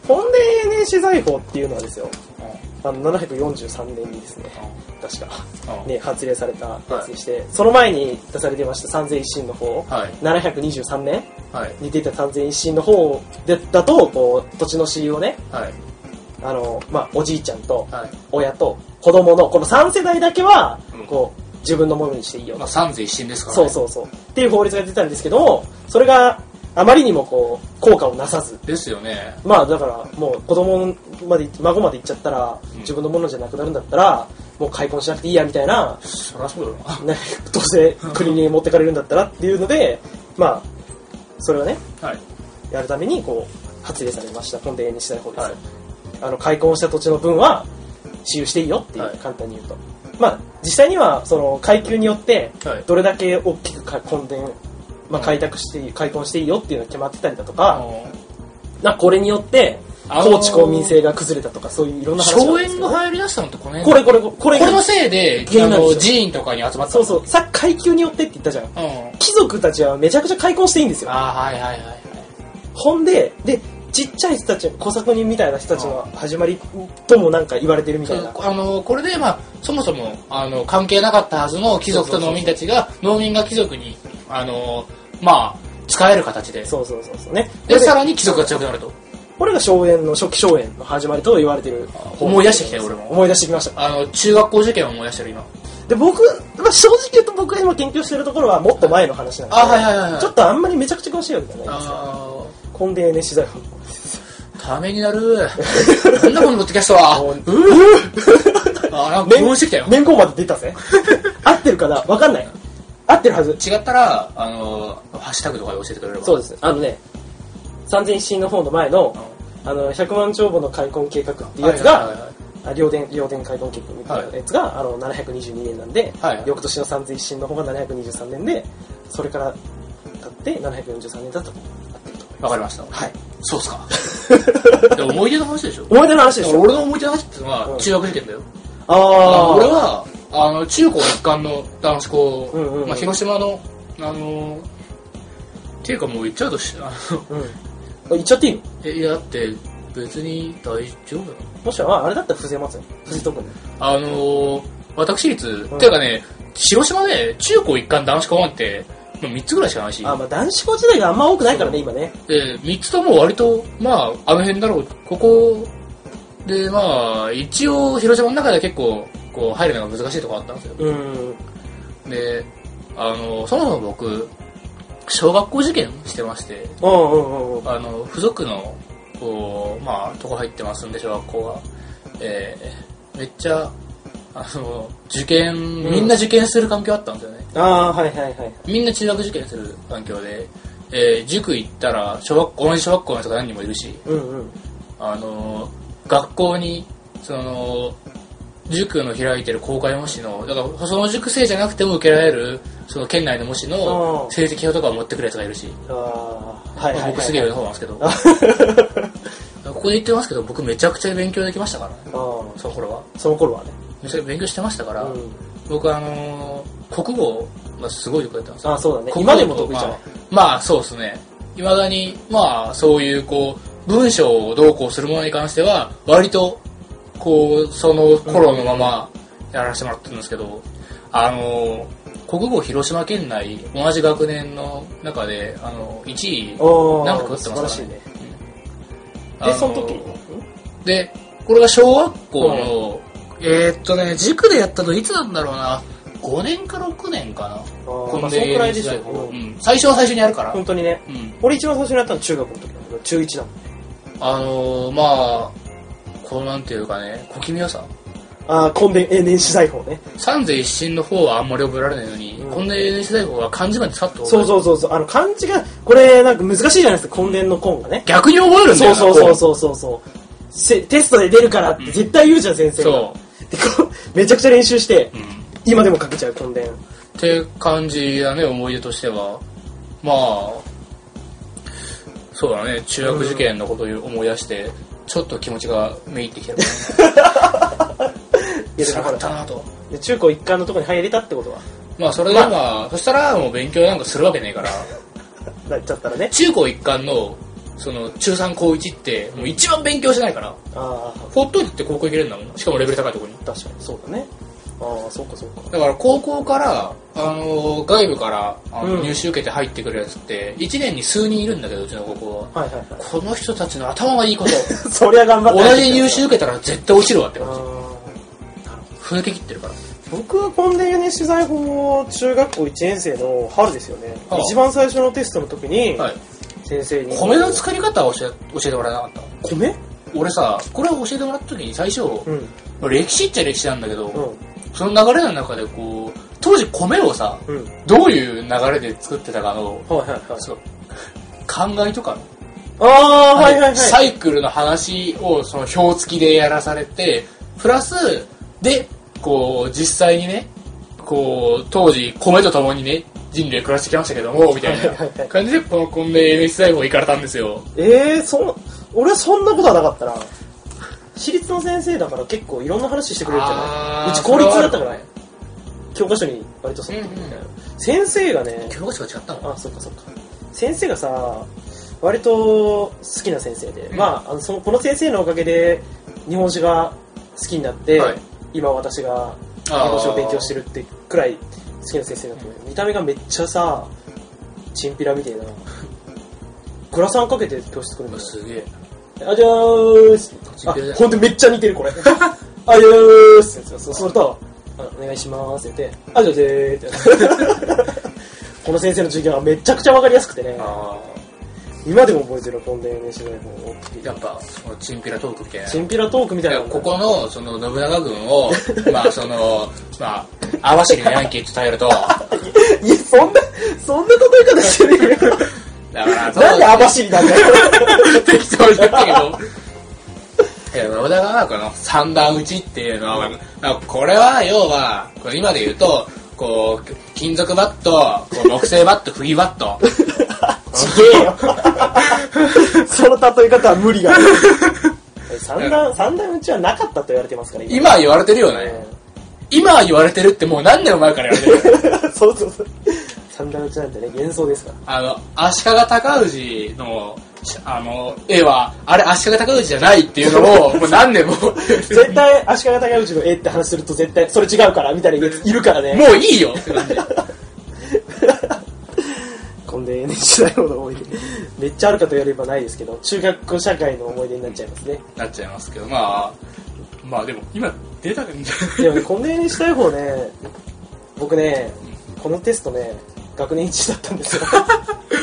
Speaker 2: こんで n 資材法っていうのはですよ、
Speaker 1: うん
Speaker 2: あの、743年にですね、
Speaker 1: う
Speaker 2: 確か、
Speaker 1: んうん
Speaker 2: ね、発令されたやつでして、その前に出されてました三千一神の方、
Speaker 1: はい
Speaker 2: 723年
Speaker 1: はい
Speaker 2: に出た三千一神の方でだと、こう、土地の知りをね、
Speaker 1: はい
Speaker 2: あの、まあ、おじいちゃんと、
Speaker 1: はい
Speaker 2: 親と、子供の、この3世代だけは
Speaker 1: うん、
Speaker 2: こう、自分のものにしていいよと
Speaker 1: まあ三世一新ですから、ね、
Speaker 2: そうそうそう。っていう法律が出たんですけども、それがあまりにもこう、効果をなさず。
Speaker 1: ですよね
Speaker 2: まあだから、もう子供まで、孫まで行っちゃったら
Speaker 1: うん、
Speaker 2: 自分のものじゃなくなるんだったら、もう開墾しなくていいやみたいな、
Speaker 1: そりゃそうだよな
Speaker 2: ね、どうせ国に持ってかれるんだったらっていうので、まあ、それをね、
Speaker 1: はい。
Speaker 2: やるためにこう、発令されました。本田にしたい法です。
Speaker 1: はい
Speaker 2: あの、開墾した土地の分は、私有していいよっていう、
Speaker 1: はい
Speaker 2: 簡単に言うと。まあ、実際には、その、階級によって、
Speaker 1: はい。
Speaker 2: どれだけ大きくか根伝、まあ、
Speaker 1: うん
Speaker 2: 開拓していい、開墾していいよっていうのが決まってたりだと
Speaker 1: あ
Speaker 2: か、
Speaker 1: の、
Speaker 2: なんかこれによって、
Speaker 1: あのー
Speaker 2: 統治公民制が崩れたとか、そういういろんな話があるん
Speaker 1: 荘
Speaker 2: です
Speaker 1: 園
Speaker 2: け
Speaker 1: が
Speaker 2: ど、
Speaker 1: 流行り出したのってこの
Speaker 2: こ
Speaker 1: 辺
Speaker 2: れこれこれ、これ
Speaker 1: これのせいで、
Speaker 2: 原
Speaker 1: あ
Speaker 2: 因なんで
Speaker 1: の、
Speaker 2: す
Speaker 1: 寺院とかに集まってた。
Speaker 2: そうそう、さ階級によってって言ったじゃん。
Speaker 1: うん。
Speaker 2: 貴族たちはめちゃくちゃ開墾していいんですよ。
Speaker 1: ああ、はいはいはいはい。
Speaker 2: ほんで、で、ちっちゃい人たち、小作人みたいな人たちの始まりともなんか言われてるみたいな。
Speaker 1: あの、これで、まあ、そもそも、あの、関係なかったはずの貴族と農民たちが、農民が貴族に、あの、まあ、使える形で。
Speaker 2: そうそうそうそうね。
Speaker 1: で、さらに貴族が強くなると。
Speaker 2: これが荘園の、初期荘園の始まりと言われてる。
Speaker 1: 思い出してきたよ俺も
Speaker 2: 思い出してきました。
Speaker 1: あの、中学校受験を思い出してる、今。
Speaker 2: で、僕、まあ、正直言うと僕が今研究してるところはもっと前の話なんで、
Speaker 1: あはいはいはいはい
Speaker 2: ちょっとあんまりめちゃくちゃ詳しいわけじゃないですか。
Speaker 1: あ
Speaker 2: コンデーネ資材法。
Speaker 1: あ、ためになる。なんだこのポッドキャストは。
Speaker 2: も
Speaker 1: う
Speaker 2: う [LAUGHS]
Speaker 1: ーあー、なんか、疑問してきたよ。
Speaker 2: 年号まで出たぜ。
Speaker 1: [LAUGHS]
Speaker 2: 合ってるかなわかんない。合ってるはず。
Speaker 1: 違ったら、あの、ハッシュタグとかで教えてくれれば。
Speaker 2: そう
Speaker 1: で
Speaker 2: です。あのね、三千一神の方の前の、あの、100万帳簿の開墾計画っていうやつ
Speaker 1: はいはいはい
Speaker 2: が、あ両電、両電開墾計画みたいなやつが、あの、722年なんで、
Speaker 1: はい
Speaker 2: 翌年の三千一神の方が723年で、それから経って743年だったと。 [LAUGHS] 合ってると思いま
Speaker 1: わ
Speaker 2: す。
Speaker 1: かりました。
Speaker 2: はい。
Speaker 1: そうっすか。でも思い出の話でし [LAUGHS] ょ
Speaker 2: 思い出の話でしょ
Speaker 1: 俺の思い出の話っての
Speaker 2: う
Speaker 1: は
Speaker 2: ん
Speaker 1: 中学受験だよ。
Speaker 2: あー
Speaker 1: 俺は、あの、中高一貫の男子校、
Speaker 2: うんうんうん
Speaker 1: まあ、広島の、あの、っていうかもう言っちゃうとし、あの、
Speaker 2: うん。言っちゃっていいの
Speaker 1: えいや、だって別に大丈夫なの
Speaker 2: もしは、あれだったら伏せますよ。伏せとくんだよ
Speaker 1: あの、私立、っていうかね、広島で中高一貫男子校なんて、まあ、3つぐらいしかないし、
Speaker 2: あ、まあ男子校自体があんま多くないからね、今ね。
Speaker 1: で3つとも割とまああの辺だろうここでまあ一応広島の中では結構こう入るのが難しいとこあったんですよ
Speaker 2: うん。
Speaker 1: であのそもそも僕小学校受験してまして
Speaker 2: うんうんうんうん。
Speaker 1: あの付属のこうまあとこ入ってますんで小学校はえーめっちゃあの受験みんな受験する環境あったんですよね、
Speaker 2: ああー、はいはいはい。
Speaker 1: みんな中学受験する環境で、えー塾行ったら小学校同じ小学校の人が何人もいるし
Speaker 2: うんうん。
Speaker 1: あのー学校にその塾の開いてる公開模試のだからその塾生じゃなくても受けられるその県内の模試
Speaker 2: う
Speaker 1: の
Speaker 2: ん
Speaker 1: 成績表とかを持ってくるやつがいるし、
Speaker 2: ああ、はいはい、はい。
Speaker 1: 僕すげえ上の方なんですけど
Speaker 2: [LAUGHS]
Speaker 1: ここで言ってますけど僕めちゃくちゃ勉強できましたからね
Speaker 2: あー
Speaker 1: その頃は
Speaker 2: その頃はね。
Speaker 1: めちゃくちゃ勉強してましたから、
Speaker 2: うん。
Speaker 1: 僕あのー国語がすごい良かったんですよ
Speaker 2: ああ、そうだね。
Speaker 1: 国語
Speaker 2: 今でも得意じゃない。
Speaker 1: まあ、まあそうですね。いまだに、まあ、そういう、こう、文章をどうこうするものに関しては、割と、こう、その頃のままやらせてもらってるんですけど、あの、国語広島県内、同じ学年の中で、あの、1位、
Speaker 2: お
Speaker 1: なんか
Speaker 2: ー、
Speaker 1: 食って
Speaker 2: 素
Speaker 1: ま
Speaker 2: 晴ら
Speaker 1: す
Speaker 2: し
Speaker 1: か
Speaker 2: い
Speaker 1: らね
Speaker 2: ね。
Speaker 1: あ
Speaker 2: で、その時
Speaker 1: で、これが小学校の、えーっとね、塾でやったのいつなんだろうな、5年か6年かな。
Speaker 2: あー
Speaker 1: こ
Speaker 2: ま
Speaker 1: の
Speaker 2: あ、そのくらいでしょ。
Speaker 1: う
Speaker 2: うん
Speaker 1: ん最初は最初にやるから。
Speaker 2: 本当にね。
Speaker 1: うん
Speaker 2: 俺一番最初にやったの中学の時だ中1だもん。
Speaker 1: あのー、まあ、こうなんていうかね、小気味よさ。
Speaker 2: ああ、コンベン、え、年始財宝ね。
Speaker 1: 三世一審の方はあんまり覚えられないのに、
Speaker 2: うん
Speaker 1: こんな NS 大法は漢字までさっと覚える。
Speaker 2: そうそうそうそう。あの、漢字が、これ、なんか難しいじゃないですか、根伝の根がね。
Speaker 1: 逆に覚えるんだ
Speaker 2: そ
Speaker 1: よ
Speaker 2: う
Speaker 1: な
Speaker 2: そうそう
Speaker 1: う
Speaker 2: そうそうそうせ。テストで出るからって絶対言うじゃん、先生が。
Speaker 1: そ
Speaker 2: でこうめちゃくちゃ練習して
Speaker 1: う。、うん。
Speaker 2: 今でも書けちゃう、コンデン。
Speaker 1: って感じだね、思い出としては。まあ、そうだね、中学受験のことを思い出して、ちょっと気持ちがめいってきたから、
Speaker 2: [LAUGHS]
Speaker 1: 辛か
Speaker 2: いや、でもほ
Speaker 1: った
Speaker 2: ら、
Speaker 1: なと。
Speaker 2: で中高一貫のとこに入れたってことは、
Speaker 1: まあ、それでまあ、そしたらもう勉強なんかするわけねえから。
Speaker 2: なっちゃったらね。
Speaker 1: 中高一貫のその中3高1ってもう一番勉強しないから
Speaker 2: あ
Speaker 1: 放っといて高校行けるんだもんしかもレベル高いところに
Speaker 2: あ、確かに、そうだね。ああ、そうかそうか。
Speaker 1: だから高校から、あのー外部からあの
Speaker 2: うん
Speaker 1: 入試受けて入ってくるやつって1年に数人いるんだけどうちの高校は
Speaker 2: はいはいは
Speaker 1: この人たちの頭がいい
Speaker 2: [LAUGHS]
Speaker 1: こと
Speaker 2: い。 [LAUGHS] そりゃ頑張って。
Speaker 1: 同じ入試受けたら絶対落ちるわって
Speaker 2: あ
Speaker 1: 感じ
Speaker 2: ーなるほど
Speaker 1: ふ抜け切ってるから
Speaker 2: 僕はコンデンね取材法を中学校1年生の春ですよね
Speaker 1: ああ。
Speaker 2: 一番最初のテストの時に、
Speaker 1: はい
Speaker 2: 先生に。
Speaker 1: 米の作り方を教え教えてもらえなかった
Speaker 2: 米
Speaker 1: 俺さこれを教えてもらった時に最初、
Speaker 2: うん。
Speaker 1: 歴史っちゃ歴史なんだけど、
Speaker 2: うん。
Speaker 1: その流れの中でこう当時米をさ
Speaker 2: うん。
Speaker 1: どういう流れで作ってたかの、
Speaker 2: はいはいはい。
Speaker 1: その考えとかの、
Speaker 2: ああ、はいはいはい。
Speaker 1: サイクルの話をその表付きでやらされて、プラス、で、こう、実際にね、こう、当時、米と共にね、人類暮らしてきましたけども、みたい
Speaker 2: はいはいは
Speaker 1: ない感じで、このコンベ MS 細胞行かれたんですよ。
Speaker 2: ええー、そん、俺はそんなことはなかったな。私立の先生だから結構いろんな話してくれるじゃ
Speaker 1: あー
Speaker 2: ない。うち公立だ
Speaker 1: そ
Speaker 2: ったか
Speaker 1: れはあ
Speaker 2: ら
Speaker 1: るか、
Speaker 2: 教科書に割とそうだったみたいな
Speaker 1: う
Speaker 2: 先生がね、
Speaker 1: 教科書が違ったのか
Speaker 2: あ、そっかそっか。先生がさ、割と好きな先生で、
Speaker 1: うん
Speaker 2: まあ、あのそのこの先生のおかげで日本史が好きになって、
Speaker 1: はい
Speaker 2: 今私が日
Speaker 1: あー
Speaker 2: 本史を勉強してるってくらい好きな先生だったのよ、見た目がめっちゃさ、チンピラみたいな。グラサンかけて教室来るんだよ。
Speaker 1: すげえ。
Speaker 2: あじゃーす。
Speaker 1: チン
Speaker 2: あ
Speaker 1: ピラじゃん、
Speaker 2: ほんとめっちゃ似
Speaker 1: [LAUGHS]
Speaker 2: てる、これ。あじゃーすってやつ。そそれと、あお願いしますって言って、あじゃーぜーってや
Speaker 1: [LAUGHS]
Speaker 2: つ。この先生の授業はめちゃくちゃわかりやすくてね、
Speaker 1: あ
Speaker 2: 今でも覚えてる、こんな NHK の本を。
Speaker 1: ーやっぱ、その、チンピラトークみたいな。
Speaker 2: チンピラトークみたいなの
Speaker 1: ここの、その、信長軍
Speaker 2: [LAUGHS]
Speaker 1: を、まあ、その、まあ、網走のヤンキーと伝えると、
Speaker 2: いや、そんな、そんな例え方してるよ。
Speaker 1: だから、
Speaker 2: なんで網走なんだよ。
Speaker 1: 適当に言ったけど。 [LAUGHS] いや、信長はこの三段打ちっていうのは、まあこれは要は、これ今で言うと、こう、金属バット、こ [LAUGHS] う木製バット、釘バッ [LAUGHS] ト。
Speaker 2: ちげえよ。その例え方は無理が
Speaker 1: [LAUGHS]
Speaker 2: ある。三段、三段うちはなかったと言われてますから、
Speaker 1: 今は言われてるよね。今は言われてるってもう何年も前から言わ [LAUGHS] れてる。
Speaker 2: そうそうそう。三段打ちなんてね、幻想ですから。
Speaker 1: あの、足利尊氏の、あの、絵は、あれ足利尊氏じゃないっていうの [LAUGHS] を、もう何年も。
Speaker 2: 絶対、足利尊氏の絵って話すると
Speaker 1: [LAUGHS]
Speaker 2: 絶対、それ違うから、みたいなやついるからね。
Speaker 1: もういいよって感じ。
Speaker 2: えー NHK 大の思い出。めっちゃあるかと言われればないですけど、中学社会の思い出になっちゃいますね。
Speaker 1: なっちゃいますけど、まあ、まあでも、今、データが、
Speaker 2: でもね、この NHK 大法ね、僕ね、このテストね、学年1だったんですよ。 [LAUGHS]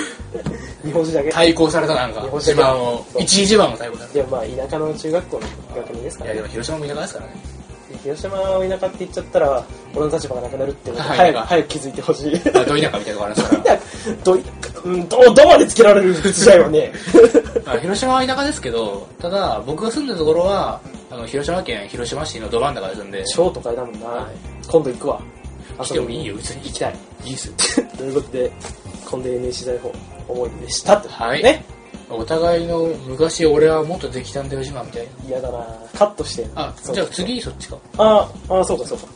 Speaker 2: 日本史だけ。
Speaker 1: 対抗されたなんか
Speaker 2: 日、本
Speaker 1: 自
Speaker 2: 史
Speaker 1: 慢を
Speaker 2: そ、う
Speaker 1: 一時自慢も対抗され
Speaker 2: でもまあ、田舎の中学校の学年ですか
Speaker 1: た。いや、
Speaker 2: ら
Speaker 1: でも。
Speaker 2: ね
Speaker 1: 広島も田舎ですからね。
Speaker 2: 広島を田舎って言っちゃったら、俺の立場がなくなるってこと、
Speaker 1: はい
Speaker 2: 早く、早く気づいてほしい。
Speaker 1: まあ、ど田舎みたいなとこありますから。
Speaker 2: どい、うん、ど、どまでつけられる時代はね。
Speaker 1: [LAUGHS] あ広島は田舎ですけど、ただ、僕が住んでるところは、あの、広島県広島市のど真ん中ですんで、
Speaker 2: 超都会だもんな。
Speaker 1: はい
Speaker 2: 今度行くわ。
Speaker 1: 来てもいいよ、別に
Speaker 2: 行きたい。
Speaker 1: いいっすよ。
Speaker 2: [LAUGHS] ということで、今度 NHK 大法思い出でしたと。
Speaker 1: はい
Speaker 2: ね。
Speaker 1: お互いの昔俺はもっとできたんだよ、島みたいな。
Speaker 2: 嫌だなカットして。
Speaker 1: あ、
Speaker 2: そう
Speaker 1: じゃあ。次そっちか。
Speaker 2: あーあー、そうかそうか。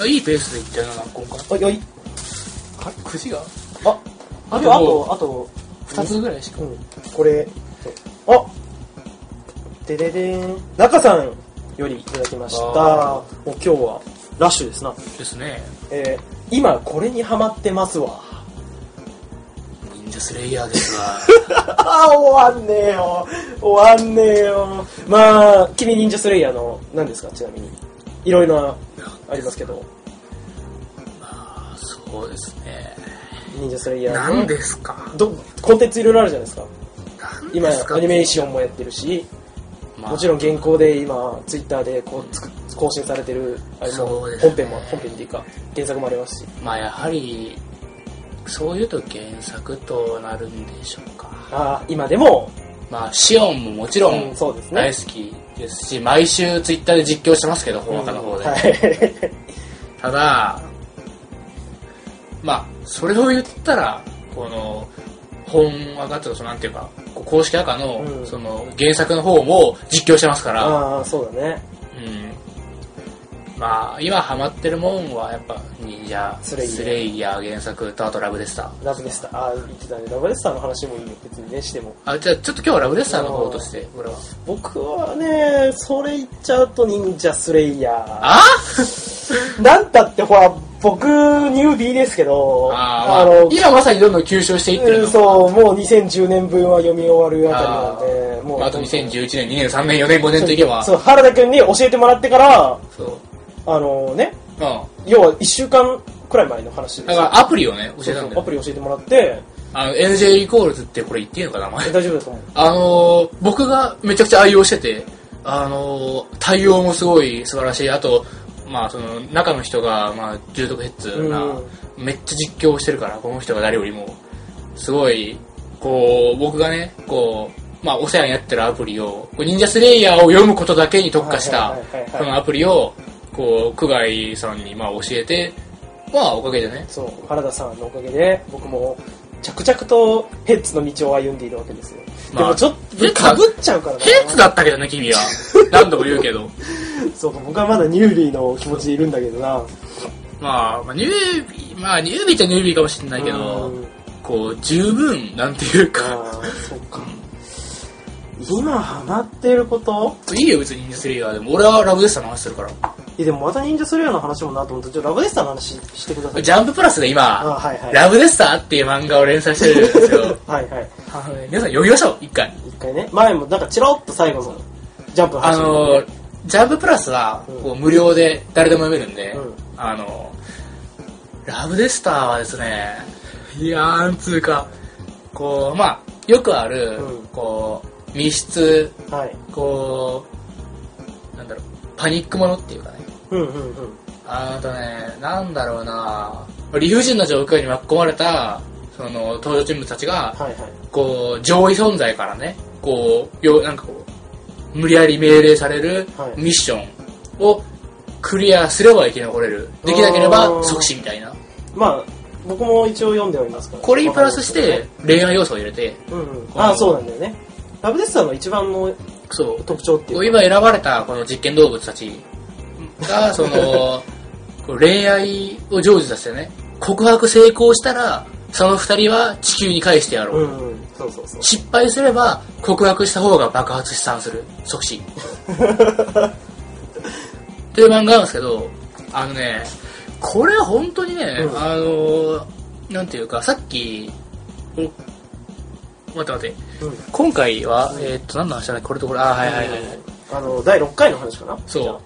Speaker 1: あいいペースでいったよな、今回。
Speaker 2: おいおい。
Speaker 1: あれ、くじが
Speaker 2: あ、
Speaker 1: あ
Speaker 2: あ
Speaker 1: と
Speaker 2: と、あと、あと、
Speaker 1: 二つぐらいしか。
Speaker 2: うん、これ、あでででーん。中さんよりいただきました。
Speaker 1: あ
Speaker 2: もう今日は、ラッシュですな。
Speaker 1: ですね。
Speaker 2: えー、今これにハマってますわ。
Speaker 1: 忍者スレイヤーです [LAUGHS] わ。
Speaker 2: あー、終わんねえよ。終わんねえよ。まあ、君忍者スレイヤーの、何ですか、ちなみに。いろいろな、ありますけど。
Speaker 1: あそうですね。
Speaker 2: 忍者スレイヤーの。
Speaker 1: 何ですか
Speaker 2: どコンテンツいろいろあるじゃないですか。
Speaker 1: 何
Speaker 2: 今、
Speaker 1: ですか
Speaker 2: アニメーションもやってるし、
Speaker 1: まあ
Speaker 2: もちろん原稿で今、ツイッターでこうつく更新されてる、あれ
Speaker 1: そう
Speaker 2: も
Speaker 1: ですね
Speaker 2: 本編も、本編っていうか、原作もありますし。
Speaker 1: まあやはりそういうと原作となるんでしょうか
Speaker 2: ああ、今でも、
Speaker 1: まあシオンももちろ
Speaker 2: うんんそうですね
Speaker 1: 大好きですし、毎週ツイッターで実況してますけど本若の方で、 [LAUGHS]
Speaker 2: はい。
Speaker 1: ただまあそれを言ったらこの本若とそのなんていうかこう公式赤の,、
Speaker 2: うん
Speaker 1: その原作の方も実況してますから、
Speaker 2: ああ、そうだね。
Speaker 1: うんまあ今ハマってるもんはやっぱ忍者
Speaker 2: スレイヤー
Speaker 1: ヤー原作とあとラブでした
Speaker 2: ラブでした。ああ、言ってたね。ラブレスターの話もいいよ、別にね、しても。
Speaker 1: あじゃあちょっと今日はラブレッサーの方として俺は
Speaker 2: 僕はね、それ言っちゃうと忍者スレイヤ
Speaker 1: あ
Speaker 2: ー。 [LAUGHS] なんたってほら、僕、ニュービーですけど、
Speaker 1: あ、まあ、
Speaker 2: の、
Speaker 1: 今まさにどんどん吸収していってる
Speaker 2: う
Speaker 1: の
Speaker 2: んそう、もう2010年分は読み終わるあたりなんで、もう。
Speaker 1: あと2011年2年3年4年5年といけば
Speaker 2: そう、原田くんに教えてもらってから、
Speaker 1: そう
Speaker 2: あのね、
Speaker 1: うんだ
Speaker 2: 要は1週間くらい前の話ですよ。
Speaker 1: からアプリをね教えたん
Speaker 2: そう
Speaker 1: だ
Speaker 2: そうア
Speaker 1: よ
Speaker 2: プリ教えてもらって、
Speaker 1: あの NJ イコールズってこれ言っていいのかな名前
Speaker 2: え大丈夫だと思う。
Speaker 1: あのー僕がめちゃくちゃ愛用してて、あのー対応もすごい素晴らしい。あと、まあ、その、中の人が、まあ、重篤ヘッズな、めっちゃ実況をしてるから、この人が誰よりも、すごい、こう、僕がね、こう、まあ、お世話になってるアプリを、こう忍者スレイヤーを読むことだけに特化した
Speaker 2: はいはいはい、はい
Speaker 1: そのアプリを、こう、久外さんに、まあ、教えて、まあ、おかげでね、
Speaker 2: そう、原田さんのおかげで、僕も着々とヘッズの道を歩んでいるわけですよ。
Speaker 1: まあ
Speaker 2: でもちょっ
Speaker 1: ヘッ
Speaker 2: と
Speaker 1: ズ
Speaker 2: かぶっちゃうからな。
Speaker 1: ヘッズだったけどね、君は。何度も言うけど。
Speaker 2: そうか、僕はまだニューリーの気持ちでいるんだけどな。
Speaker 1: まあ、まあ、ニュービー、まあ、ニュービーっちゃニュービーかもしれないけど、
Speaker 2: うん
Speaker 1: こう、十分、なんていうか、
Speaker 2: ああ、そうか。今ハマっていること
Speaker 1: いいよ、別に忍者スレイヤーでも、俺はラブデスターの話するから。
Speaker 2: いやでもまた忍者スレイヤーの話もなと思って、ちょっとラブデスターの話してください。
Speaker 1: ジャンププラスで今、
Speaker 2: あはいはい。
Speaker 1: ラブデスターっていう漫画を連載してるんですよ
Speaker 2: はいはい。
Speaker 1: あのね皆さん読みましょう、一回。
Speaker 2: 一回ね。前も、なんかチロッと最後のジャンプの
Speaker 1: あ
Speaker 2: 話。
Speaker 1: の、ジャンププラスは、
Speaker 2: うん
Speaker 1: こう無料で誰でも読めるんで、
Speaker 2: うん
Speaker 1: あの、ラブデスターはですね、いやー、なんつうか、こう、まあ、よくある、
Speaker 2: うん
Speaker 1: こう、密室、
Speaker 2: はい。
Speaker 1: こう、なんだろう、パニックものっていうかね。
Speaker 2: うんうんうん。
Speaker 1: あとね、なんだろうな理不尽な状況に巻き込まれた、その、登場人物たちが、
Speaker 2: はいはい。
Speaker 1: こう、上位存在からね、こう、よ、なんかこう、無理やり命令される
Speaker 2: はい
Speaker 1: ミッションをクリアすれば生き残れる。できなければ
Speaker 2: あー
Speaker 1: 即死みたいな。
Speaker 2: まあ、僕も一応読んではいますから。
Speaker 1: これにプラスして、恋愛要素を入れて、
Speaker 2: うんうん、ああ、そうなんだよね。ラブデスさんの一番の
Speaker 1: そう、
Speaker 2: 特徴っていうか
Speaker 1: 今選ばれたこの実験動物たちが、その、こう恋愛を成就させてね、告白成功したら、その二人は地球に返してやろ
Speaker 2: う
Speaker 1: う。
Speaker 2: んうん、そうそうそう。
Speaker 1: 失敗すれば、告白した方が爆発飛散する。即
Speaker 2: [LAUGHS]
Speaker 1: 死。っていう漫画なんですけど、あのね、これは本当にね、
Speaker 2: うん
Speaker 1: あの、なんていうか、さっき、お待って待って。
Speaker 2: うん
Speaker 1: 今回は、
Speaker 2: うん
Speaker 1: えーっと、何の話だっけこれとこれ。あー、はいはいはいはい。
Speaker 2: あの第6回の話かな
Speaker 1: そう。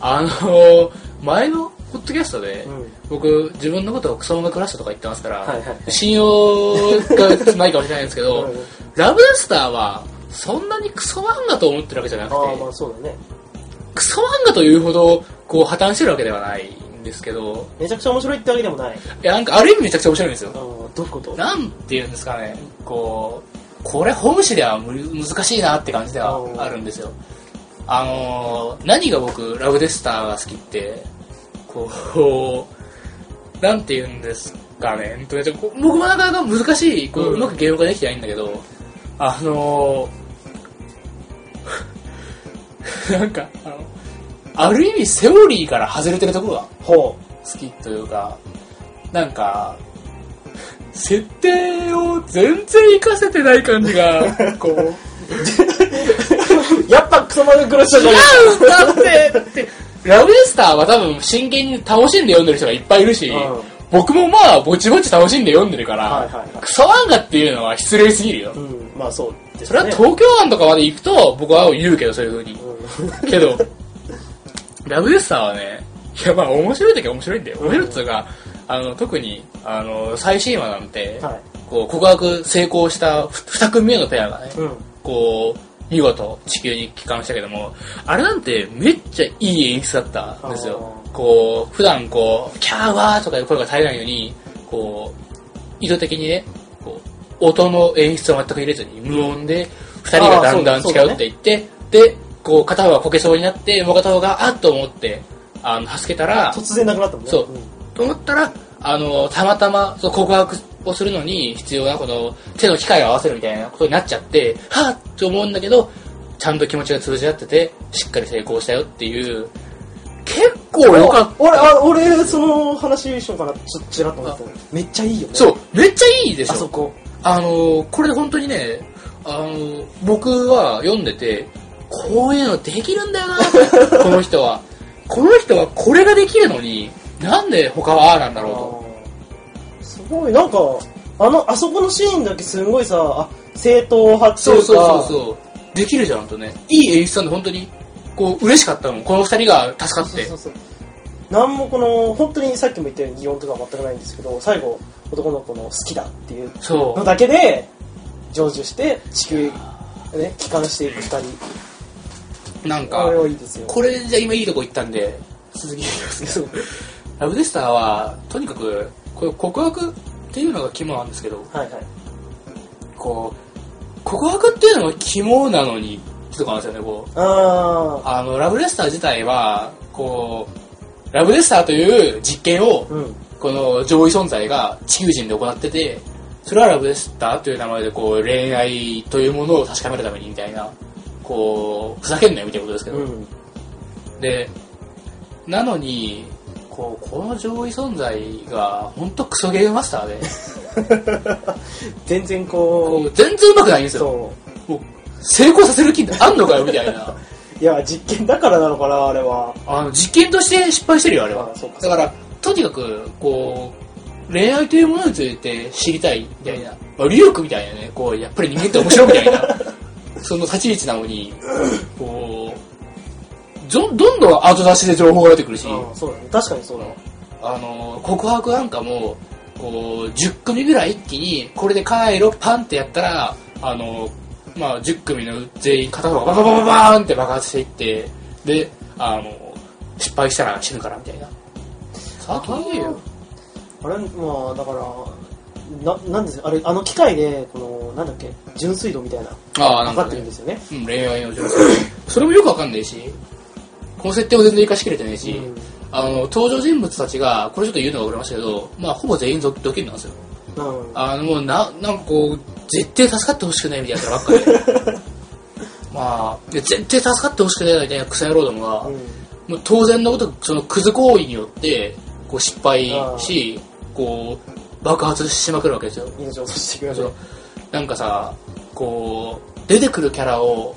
Speaker 1: あのー前のポッドキャストで、
Speaker 2: うん
Speaker 1: 僕、自分のことをクソ音楽ラストとか言ってますから、
Speaker 2: はいはい
Speaker 1: 信用がないかもしれないんですけ
Speaker 2: [LAUGHS]
Speaker 1: ど、
Speaker 2: うん
Speaker 1: ラブラスターは、そんなにクソ漫画と思ってるわけじゃなく
Speaker 2: ああま
Speaker 1: て
Speaker 2: あ、そうだね
Speaker 1: クソ漫画というほど、こう、破綻してるわけではないんですけど、
Speaker 2: めちゃくちゃ面白いってわけでもない
Speaker 1: いや、なんか、ある意味めちゃくちゃ面白いんです
Speaker 2: あ
Speaker 1: よ。
Speaker 2: のどういうこと
Speaker 1: なんていうんですかね、こう、これ、ホーム誌ではむ難しいなって感じでは
Speaker 2: うん
Speaker 1: あるんですよ。あのー何が僕、ラブデスターが好きって、こう、なんていうんですかね、うんとねちょこう僕もなかなか難しい、こう、
Speaker 2: うん
Speaker 1: うまく言語化できてないんだけど、あのー [LAUGHS] なんか、あの、ある意味セオリーから外れてるところが
Speaker 2: ほ
Speaker 1: 好きというか、なんか、設定を全然活かせてない感じ
Speaker 2: [LAUGHS]
Speaker 1: が、こう、違
Speaker 2: うやっぱクソマグロスじゃない
Speaker 1: うんだってって、ラブレスターは多分真剣に楽しんで読んでる人がいっぱいいるし、
Speaker 2: うん
Speaker 1: 僕もまあ、ぼちぼち楽しんで読んでるから、
Speaker 2: はいはいはい
Speaker 1: クソ漫画っていうのは失礼すぎるよ。
Speaker 2: うんまあそうですね
Speaker 1: それは東京湾とかまで行くと、僕は言うけど、そういう風に。けど、 [LAUGHS] ラブユースターはね、いやまあ面白い時は面白いんだよ。面白いっつうか、あの、特に、あの、最新話なんて、
Speaker 2: うんはい
Speaker 1: こう、告白成功したふ二組目のペアがね、
Speaker 2: うん
Speaker 1: こう、見事地球に帰還したけども、あれなんてめっちゃいい演出だったんですよ
Speaker 2: あ。ー
Speaker 1: こう、普段こう、キャーワーとかいう声が絶えないのに、こう、意図的にね、こう、音の演出を全く入れずに無音で、二人がだんだん
Speaker 2: あーそう
Speaker 1: 近
Speaker 2: だ
Speaker 1: 寄っていって、で、こう、片方がこけそうになって、もう片方が、あっと思って、あの、助けたら、
Speaker 2: 突然なくなったもんね
Speaker 1: そうんと思ったら、あの、たまたま、その告白をするのに必要なこの手の機械を合わせるみたいなことになっちゃって、はぁって思うんだけど、ちゃんと気持ちが通じ合ってて、しっかり成功したよっていう、結構良かっ
Speaker 2: 俺、あ俺、その話しようかな、ちょっとちらっと思っためっちゃいいよね。
Speaker 1: た。そう、めっちゃいいでし
Speaker 2: あそ
Speaker 1: ょ。
Speaker 2: こ。
Speaker 1: あの、これ本当にね、あの、僕は読んでて、こういうのできるんだよな、 [LAUGHS] この人は。この人はこれができるのに、なんで他はああなんだろうと。
Speaker 2: あーすごい、なんか、あの、あそこのシーンだけすごいさ、あ、正統派ってい
Speaker 1: そうう
Speaker 2: か、
Speaker 1: そうそうそう。できるじゃんとね。いい演出なんで本当に、こう、嬉しかったもん。この二人が助かって。
Speaker 2: そうそうそうなんもこの、本当にさっきも言ったように擬音とかは全くないんですけど、最後、男の子の好きだっていう
Speaker 1: そ
Speaker 2: のだけで、成就して、地球、ね、帰還していく二人。
Speaker 1: う。なん
Speaker 2: あ
Speaker 1: か
Speaker 2: れ、はいいですよ。
Speaker 1: これじゃ今いいとこ行ったんで、続 [LAUGHS] きますね。
Speaker 2: そう
Speaker 1: ラブデスターは、とにかく、これ告白っていうのが肝なんですけど、
Speaker 2: [LAUGHS] はいはい。
Speaker 1: こう、告白っていうのが肝なのに、ってとこなんですよね、こう。
Speaker 2: あ
Speaker 1: あの、ラブデスター自体は、こう、ラブデスターという実験を
Speaker 2: ー、うん。
Speaker 1: この上位存在が地球人で行ってて、それはラブレスターという名前でこう恋愛というものを確かめるためにみたいな、こう、ふざけんなよみたいなことですけど。
Speaker 2: うん。
Speaker 1: で、なのに、こう、この上位存在が本当クソゲームマスターで、
Speaker 2: 全然こ
Speaker 1: こ
Speaker 2: う、
Speaker 1: う全然うまくないんですよ。
Speaker 2: そ
Speaker 1: もう成功させる気あんのかよみたいな。
Speaker 2: う。いや、実験だからなのかな、あれは。
Speaker 1: あの、実験として失敗してるよ、あれは
Speaker 2: あ。そうか
Speaker 1: だから、とにかく、こう、恋愛というものについて知りたいみたいな、まあ、リュークみたいなね、こう、やっぱり人間って面白いみたいな、その立ち位置なのに、こう、どんどんどん後出しで情報が出てくるし、
Speaker 2: ああそうだね。確かにそうだわ。
Speaker 1: あの、告白なんかも、こう、10組ぐらい一気に、これで帰ろ、パンってやったら、あの、まあ、10組の全員片方がバババババーンって爆発していって、で、あの、失敗したら死ぬからみたいな。さっきよ。
Speaker 2: あれ、まあ、だから、な、なんですよ。あれ、あの機械で、この、なんだっけ、純水道みたいな、
Speaker 1: ああ、なん
Speaker 2: かか
Speaker 1: か
Speaker 2: ってるん
Speaker 1: ね
Speaker 2: で、すよね。
Speaker 1: うん、恋愛の情報。それもよくわかんないし、この設定を全然活かしきれてないし、
Speaker 2: うん
Speaker 1: あの、登場人物たちが、これちょっと言うのが遅れましたけど、まあ、ほぼ全員ドドキリなんですよ。
Speaker 2: うん。
Speaker 1: あの、もうな、なんかこう、絶対助かってほしくないみたいなやつらばっかりで。まあ、で絶対助かってほしくないみたいな草野郎どもが、
Speaker 2: う
Speaker 1: も
Speaker 2: ん
Speaker 1: う当然のごとく、そのクズ行為によって、こう失敗し、こう、爆発しまくるわけですよ。
Speaker 2: 命を落としてくれ
Speaker 1: そ
Speaker 2: る
Speaker 1: う。なんかさ、こう、出てくるキャラを、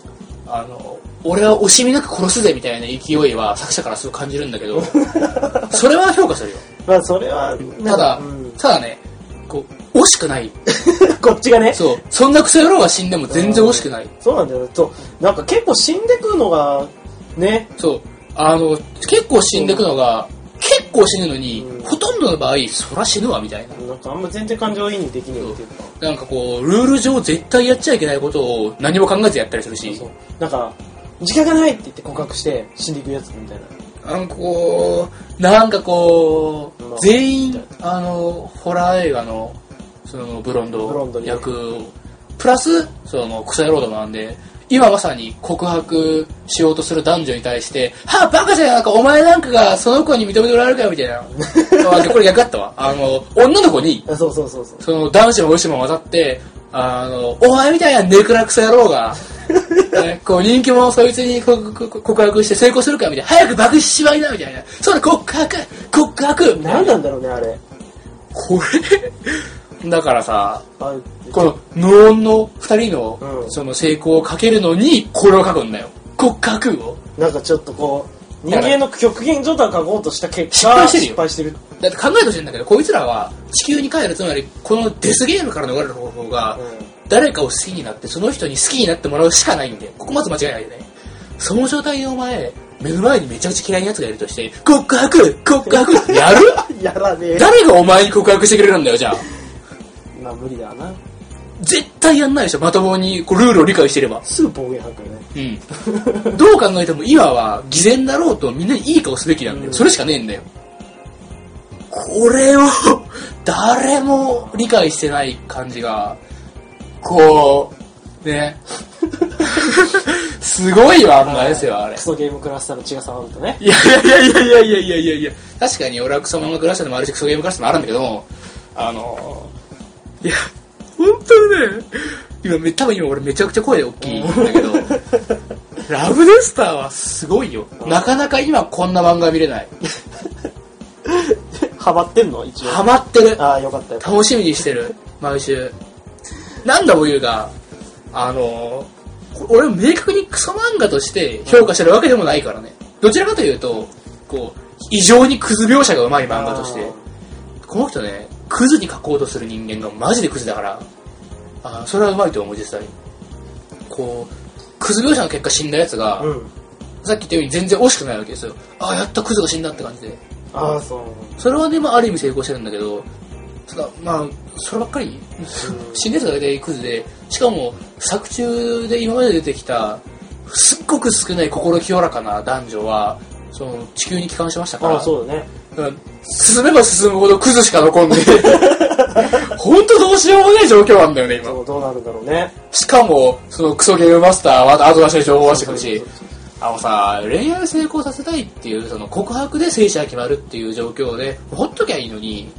Speaker 1: あの、俺は惜しみなく殺すぜみたいな勢いは作者からすごい感じるんだけど、それは評価するよ。
Speaker 2: まあ、それは、
Speaker 1: ただ、
Speaker 2: うん [LAUGHS]
Speaker 1: ただね、こう、惜しくない。
Speaker 2: こっちがね。
Speaker 1: そう。そんなクソ野郎が死んでも全然惜しくない。
Speaker 2: そうなんだよ。そう。なんか結構死んでくのが、ね。
Speaker 1: そう。あの、結構死んでくのが、結構死ぬのに、
Speaker 2: うん
Speaker 1: ほとんどの場合、そら死ぬわ、みたいな。
Speaker 2: なんかあんま全然感情移入できねえっていうか。
Speaker 1: なんかこう、ルール上絶対やっちゃいけないことを何も考えずやったりするし、
Speaker 2: そう。なんか、時間がないって言って告白して死んでいくやつみたいな。
Speaker 1: なんかこう、なんかこ
Speaker 2: まあ
Speaker 1: う、全員、あの、ホラー映画の、その、ブロン
Speaker 2: ブロンド
Speaker 1: ド
Speaker 2: に
Speaker 1: 役を、プラス、その、クソ野郎どもなんで、今まさに告白しようとする男女に対して、はあ、バカじゃん、なんかお前なんかがその子に認めてもらえるかよ、み
Speaker 2: [LAUGHS]
Speaker 1: たいな。あこれ逆だったわ。あの、女の子に、
Speaker 2: あそうそうそうそう。
Speaker 1: その男子も女子も混ざって、あの、お前みたいなネクラクソ野郎
Speaker 2: [LAUGHS]
Speaker 1: が、ねこう人気者をそいつに告告告白して成功するかみたいな、早く爆死しまいなみたいな、それ告白告白みた
Speaker 2: 何
Speaker 1: いな
Speaker 2: なんだろうね、あれ。
Speaker 1: これ、だからさ、
Speaker 2: あ
Speaker 1: この無音の二人の、
Speaker 2: うん
Speaker 1: その成功をかけるのに、これを書くんだよ。告白を。
Speaker 2: なんかちょっとこう、人間の極限状態を書こうとした結
Speaker 1: 失
Speaker 2: 果、
Speaker 1: 敗してるよ
Speaker 2: 失敗してる。
Speaker 1: だって考えてほしいんだけど、こいつらは地球に帰る、つまりこのデスゲームから逃れる方法が、誰かを好きになって、その人に好きになってもらうしかないんで、ここまず間違いないよね。その状態でお前、目の前にめちゃくちゃ嫌いな奴がいるとして、告白告白やる [LAUGHS]
Speaker 2: うん。やらねえ。
Speaker 1: 誰がお前に告白してくれるんだよ、じゃあ。
Speaker 2: まあ無理だわな。
Speaker 1: 絶対やんないでしょ、まともにこうルールを理解してれば。
Speaker 2: すぐ暴言吐くよね。
Speaker 1: うん。どう考えても今は偽善だろうとみんなにいい顔すべきなんだ
Speaker 2: う
Speaker 1: よ。
Speaker 2: ん
Speaker 1: それしかねえんだよ。これを、 [LAUGHS] 誰も理解してない感じが、こう、ね。 [LAUGHS] すごい漫画ですよ、あれ
Speaker 2: ク。ソゲームクラスターの血が騒ぐとね。
Speaker 1: いやいやいやいやいやいやいやいや確かに俺はクソ漫画クラスターでもあるし、クソゲームクラスターでもあるんだけども、あの、いや、本当にね、今め、多分今俺めちゃくちゃ声大きいんだけ [LAUGHS] ど、ラブデスターはすごいよ。なかなか今こんな漫画見れない。
Speaker 2: ハマってんの一応。
Speaker 1: ハマってる。
Speaker 2: ああ、よかったよかっ
Speaker 1: 楽しみにしてる。毎週。なんだも言うが、あの、こ俺も明確にクソ漫画として評価してるわけでもないからね。どちらかというと、こう、異常にクズ描写が上手い
Speaker 2: た。
Speaker 1: 漫画として
Speaker 2: あ。
Speaker 1: この人ね、クズに書こうとする人間がマジでクズだから、あーそれはうまいと思う、実際。こう、クズ描写の結果死んだやつが、
Speaker 2: ー。うん。
Speaker 1: さっき言ったように全然惜しくないわけですよ。ああ、やったクズが死んだって感じで。
Speaker 2: ああ、そう。
Speaker 1: それはね、まあ、ある意味成功してるんだけど、ただ、まあ、そればっかり、死んだやつが大体クズで、しかも、作中で今まで出てきた、すっごく少ない心清らかな男女は、その、地球に帰還しましたか
Speaker 2: ああ、
Speaker 1: ら、
Speaker 2: そうだね。
Speaker 1: うん進めば進むほどクズしか残んね
Speaker 2: [LAUGHS]
Speaker 1: え。ほんとどうしようもない状況なんだよね、今。
Speaker 2: そうどうなるんだろうね。
Speaker 1: しかも、そのクソゲームマスターは後出しで情報を出してくるし、あのさ、恋愛を成功させたいっていう、その告白で正社が決まるっていう状況で、ほっときゃいいのに、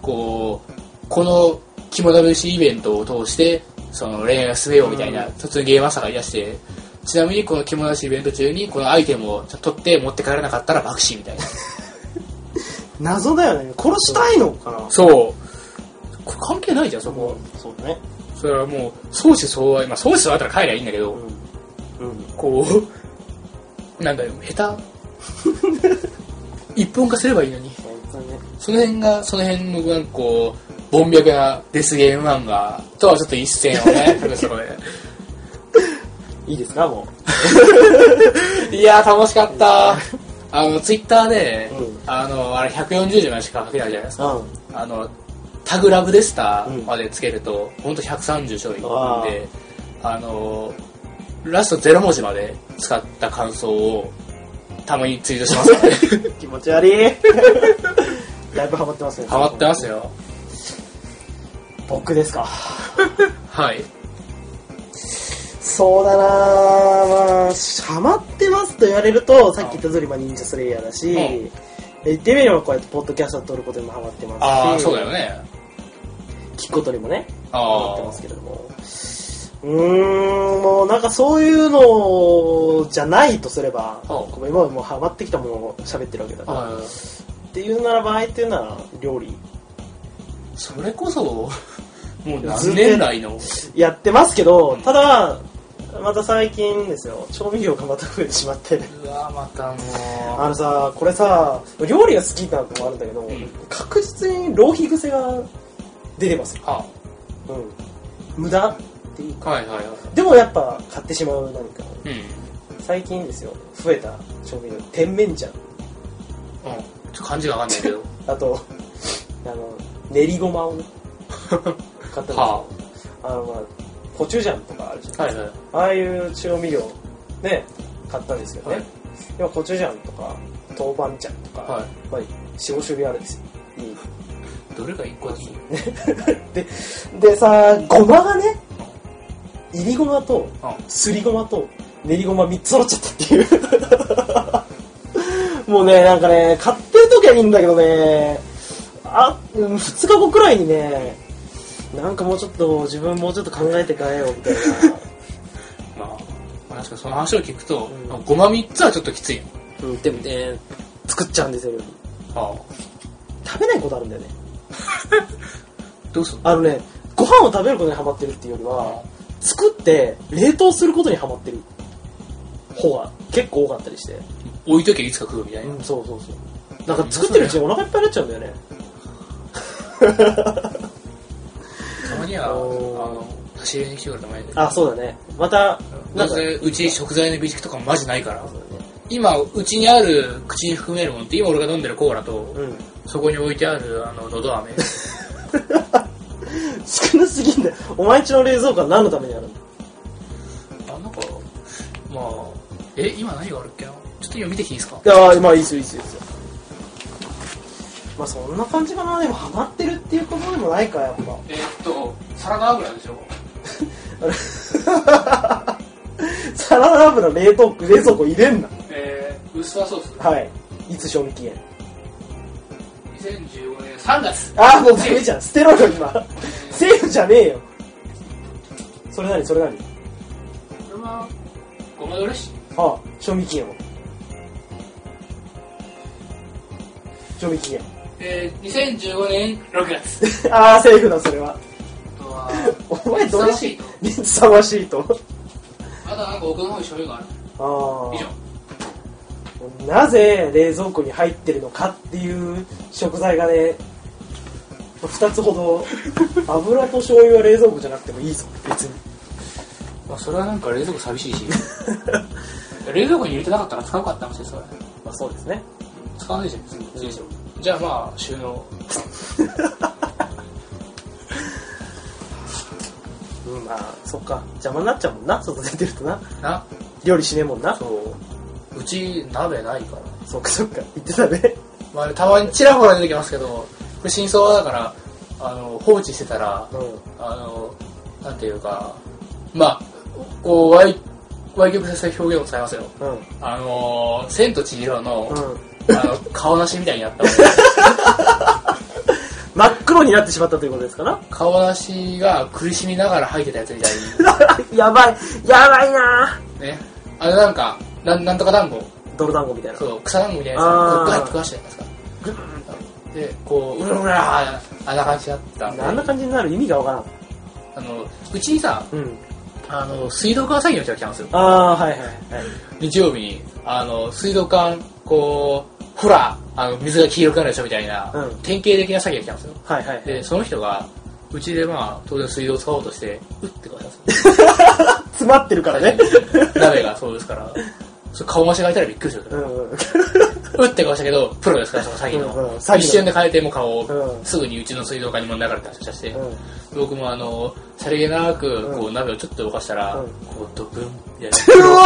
Speaker 1: こう、この肝試しイベントを通して、その恋愛を進めようみたいな、突然ゲーマスターが言い出して、ちなみにこの肝試しイベント中にこのアイテムを取って持って帰らなかったら爆死みたいな。
Speaker 2: 謎だよね。殺したいのかな
Speaker 1: そう。これ関係ないじゃん、そこ。
Speaker 2: うんそうだね。
Speaker 1: それはもう、相思相愛。まあ、相思相愛だったら帰りゃいいんだけど、
Speaker 2: うん。うん。
Speaker 1: こう、なんだよ、下 [LAUGHS] 手。一本化すればいいのに。
Speaker 2: 本当ね。
Speaker 1: その辺が、その辺の、なんかこう、凡脈なデスゲーム漫画とはちょっと一線を [LAUGHS] ね、それそれ
Speaker 2: いいですか、も
Speaker 1: いやー、楽しかった。あの、ツイッターで、
Speaker 2: う
Speaker 1: あの、あれ140字までしか書けないじゃないですか。
Speaker 2: う。うん。
Speaker 1: あの、タグラブでしたまでつけると、ほんと130ちょい
Speaker 2: わあ
Speaker 1: で、あの、ラスト0文字まで使った感想を、たまにツイートします [LAUGHS] からね。
Speaker 2: [LAUGHS] 気持ち悪いだいぶハマってますね
Speaker 1: ハマってますよ。
Speaker 2: 僕ですか
Speaker 1: はい。
Speaker 2: そうだなあまあハマってますと言われるとさっき言った通りまあ忍者スレイヤーだし、
Speaker 1: うん
Speaker 2: え言ってみればこうやってポッドキャスト撮ることにもハマってますし
Speaker 1: ああ、そうだよね。
Speaker 2: 聞くことにもねハマ
Speaker 1: あ
Speaker 2: ってま
Speaker 1: あ
Speaker 2: す。けれどもうーんもうなんかそういうのじゃないとすれば、
Speaker 1: うん
Speaker 2: こう今はもうハマってきたものを喋ってるわけだから、
Speaker 1: あ
Speaker 2: っていうならばあえて言うなら料理
Speaker 1: ーそれこそ、もう何年来の。
Speaker 2: やってますけど、ただ、また最近ですよ、調味料がまた増えてしまって。
Speaker 1: うわまたも
Speaker 2: あのさ、これさ、料理が好きなのもあるんだけど、
Speaker 1: ん
Speaker 2: 確実に浪費癖が出れますよ、
Speaker 1: は
Speaker 2: うん、無駄っていうか
Speaker 1: あ、はいはいは
Speaker 2: でもやっぱ買ってしまう何か
Speaker 1: い。うん。
Speaker 2: 最近ですよ増えた調味料甜麺醤
Speaker 1: うん。ちょっと漢字がわかんないけど。
Speaker 2: あとあの練りごまをね買ったんで
Speaker 1: [LAUGHS]
Speaker 2: すよ、
Speaker 1: は
Speaker 2: あのまあコチュジャンとかあるじゃん
Speaker 1: あ。はいはい。
Speaker 2: ああいう調味料ね買ったんですよね、
Speaker 1: はい
Speaker 2: でもコチュジャンとか豆板醤とか、
Speaker 1: は
Speaker 2: まあ、45種類あるんですよいい
Speaker 1: い。どれが一個に
Speaker 2: ででさごまがねいりごまと
Speaker 1: うん。
Speaker 2: すりごまと練りごま3つ揃っちゃったっていう [LAUGHS] もうねなんかね買ってる時はいいんだけどねあ2日後くらいにねなんかもうちょっと自分もうちょっと考えて変えようみ
Speaker 1: [LAUGHS]
Speaker 2: たいな
Speaker 1: まあ、まあ確かにその話を聞くと、
Speaker 2: うん
Speaker 1: まあごま3つはちょっときついよ。
Speaker 2: うんでもね作っちゃうんですよ料理
Speaker 1: は
Speaker 2: 食べないことあるんだよね
Speaker 1: あ。どうすんの
Speaker 2: あのねご飯を食べることにハマってるっていうよりは作って冷凍することにハマってる方が結構多かったりして
Speaker 1: 置いときゃいつか食うみたいな。
Speaker 2: うん、そうそうそう。なんか作ってるうちにお腹いっぱいになっちゃうんだよね。
Speaker 1: たまには、あ
Speaker 2: おー
Speaker 1: の、差し入れに来てくれたまえで。
Speaker 2: あ、そうだね。また、な
Speaker 1: なん
Speaker 2: か、
Speaker 1: ぜうち食材の備蓄とかマジないから
Speaker 2: そうだね
Speaker 1: 今うちにある口に含めるもんって今俺が飲んでるコーラと、
Speaker 2: うん。 [LAUGHS]
Speaker 1: そこに置いてあるあののど飴
Speaker 2: 少なすぎんだよ。お前んちの冷蔵庫は何のためにあるんだ
Speaker 1: あなんかまあえ今何があるっけなちょっと今見てきていいですか
Speaker 2: ああ、まあいいっすよ、いいっすよ、いいっすよ。まあそんな感じかな。でもハマってるっていうことでもないか、やっぱ。
Speaker 1: えっとサラダ油でしょ
Speaker 2: あれ [LAUGHS] サラダ油冷凍庫、冷蔵庫入れんな。
Speaker 1: えー、ウスターソース
Speaker 2: はい。いつ賞味期限
Speaker 1: 2015年3月
Speaker 2: ああ、もうダメじゃん。捨てろよ、今。セーフじゃねえよ。それなに、それなに。
Speaker 1: これはごまドレッシング
Speaker 2: ああ賞味期限は賞味期限
Speaker 1: えー、2015年6月 [LAUGHS]
Speaker 2: ああセーフだそれは
Speaker 1: あとは
Speaker 2: お前どれし
Speaker 1: ふさわ
Speaker 2: いふさわしいと
Speaker 1: あとはなんか奥の方に醤油がある
Speaker 2: あ
Speaker 1: 以上
Speaker 2: あなぜ冷蔵庫に入ってるのかっていう食材がね2つほど油と醤油は冷蔵庫じゃなくてもいいぞ別に
Speaker 1: まあ、それはなんか冷蔵庫寂しいし [LAUGHS] 冷蔵庫に入れてなかったら使うかって話ですからね
Speaker 2: まあそうですね
Speaker 1: 使わないじゃん別に住所じゃあまあ収納
Speaker 2: うんまあそっか邪魔になっちゃうもんな外出てるとな
Speaker 1: な
Speaker 2: 料理しねえもんな
Speaker 1: そううち鍋ないから
Speaker 2: そっかそっか言ってたね
Speaker 1: まあたまにちらほら出てきますけどこれ真相はだからあの放置してたら
Speaker 2: うん
Speaker 1: あのなんていうかまあこう歪歪曲させた表現を使いますよ
Speaker 2: うん
Speaker 1: あの「千と千尋の」
Speaker 2: うん
Speaker 1: あの顔なしみたいにな
Speaker 2: [LAUGHS]
Speaker 1: ったもん
Speaker 2: 真っ黒になってしまったということですかな [LAUGHS]
Speaker 1: 顔なしが苦しみながら吐いてたやつみたいに
Speaker 2: やばいやばいな
Speaker 1: ね。あのなんか、なんなんとか団子、
Speaker 2: 泥団子みたいな
Speaker 1: そう、草団子みたいな
Speaker 2: あー
Speaker 1: やつをガッて食わしてたじゃ
Speaker 2: グ
Speaker 1: ないですか。で、こう、うらうらあんな感じだったんで
Speaker 2: あんな感じになる意味がわからん
Speaker 1: あの、うちにさ、
Speaker 2: うん
Speaker 1: あの、水道管詐欺の人が来たんですよ。
Speaker 2: ああーはいはいはい
Speaker 1: 日曜日に、あの、水道管、こう、ほら、あの、水が黄色くなるでしょみたいな、
Speaker 2: うん
Speaker 1: 典型的な詐欺が来たんですよ。
Speaker 2: はいはいはい
Speaker 1: で、その人が、うちでまあ、当然水道を使おうとして、うってこうしたんですよ。
Speaker 2: [LAUGHS] 詰まってるからね
Speaker 1: [LAUGHS] 鍋がそうですから、それ顔増しが開いたらびっくりする。
Speaker 2: [LAUGHS] うんうん
Speaker 1: 打って顔したけど、プロですから、その詐欺
Speaker 2: うんうん
Speaker 1: の。
Speaker 2: 詐欺の
Speaker 1: 一瞬で変えて、もう顔
Speaker 2: う
Speaker 1: を
Speaker 2: ん
Speaker 1: すぐにうちの水道管にも流れて発射して、
Speaker 2: うん
Speaker 1: 僕もあの、さりげなく
Speaker 2: う、ん
Speaker 1: こう、鍋をちょっと動かしたら
Speaker 2: うん、
Speaker 1: こう、ドブンって
Speaker 2: [LAUGHS]
Speaker 1: や
Speaker 2: う
Speaker 1: る。
Speaker 2: わう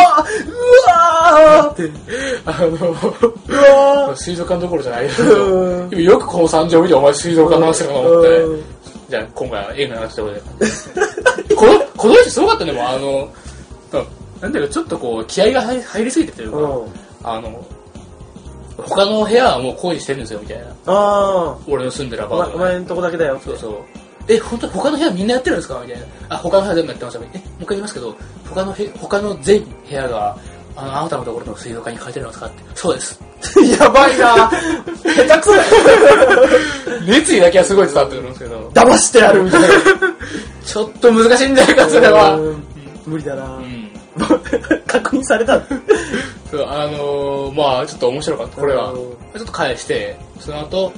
Speaker 2: わー
Speaker 1: あ
Speaker 2: うわ
Speaker 1: の、水族館どころじゃないよ
Speaker 2: うん。
Speaker 1: でもよくこの惨状を見て、お前水族館の話かなと思っ
Speaker 2: う
Speaker 1: て。
Speaker 2: ん
Speaker 1: じゃあ、今回は映画の話ってこと [LAUGHS] で。この、この人すごかったね、もうあの、なんだろう、ちょっとこう、気合が入入りすぎてという
Speaker 2: う
Speaker 1: か、
Speaker 2: ん
Speaker 1: あの、他の部屋はもう工事してるんですよ、みたいな。
Speaker 2: あ
Speaker 1: 俺の住んでるア
Speaker 2: あ
Speaker 1: パー
Speaker 2: お
Speaker 1: トがね
Speaker 2: 前んとこだけだよ
Speaker 1: そうそうえ本当に他の部屋みんなやってるんですかみたいなあ他の部屋全部やってますよえもう一回言いますけど他の部他の全部屋があのあなたのところの水道管に変えてるんですかってそうです
Speaker 2: [LAUGHS]
Speaker 1: [LAUGHS]
Speaker 2: やばいな [LAUGHS] 下手くそ
Speaker 1: 熱意だけはすごい伝わってくるんですけど
Speaker 2: 騙してやるみたいな
Speaker 1: ちょっと難しいんじゃないかそれは
Speaker 2: [LAUGHS] うん無理だな
Speaker 1: うん
Speaker 2: [LAUGHS] 確認された
Speaker 1: そうあのーまあちょっと面白かったこれは
Speaker 2: うん
Speaker 1: ちょっと返してその後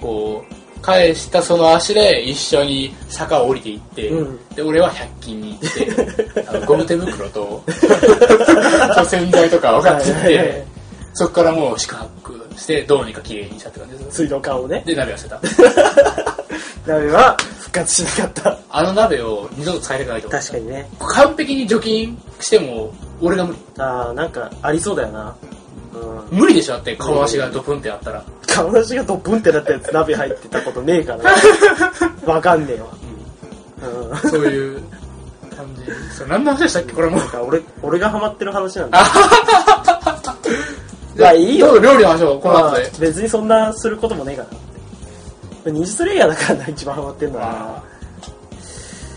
Speaker 1: こう返したその足で一緒に坂を降りていって、
Speaker 2: うん
Speaker 1: で俺は100均に
Speaker 2: [LAUGHS]
Speaker 1: 行ってあのゴム手袋と除染剤とかを買ってき
Speaker 2: [LAUGHS] はいはいはい
Speaker 1: てそこからもう宿泊してどうにか綺麗にしたって感じです
Speaker 2: 水道管をね。
Speaker 1: で鍋は捨てた
Speaker 2: 鍋は復活しなかった。
Speaker 1: あの鍋を二度と使いたくないと思う
Speaker 2: 確かにね。
Speaker 1: 完璧に除菌しても俺が無理
Speaker 2: ああ、なんかありそうだよな。うん。
Speaker 1: 無理でしょだって顔足がドプンってあったら、
Speaker 2: 顔出しがドブンってなったやつ鍋入ってたことねえ [LAUGHS] からなわかんねえわ。うん。なん
Speaker 1: そういう感じそれ何の話でしたっけこれもう
Speaker 2: か俺、俺がハマってる話なんだ。まあ [LAUGHS] いいよ
Speaker 1: どうぞ料理の話をこの後で
Speaker 2: まあ別にそんなすることもねえかなって。二次スレイヤーだからな、一番ハマってんのはな。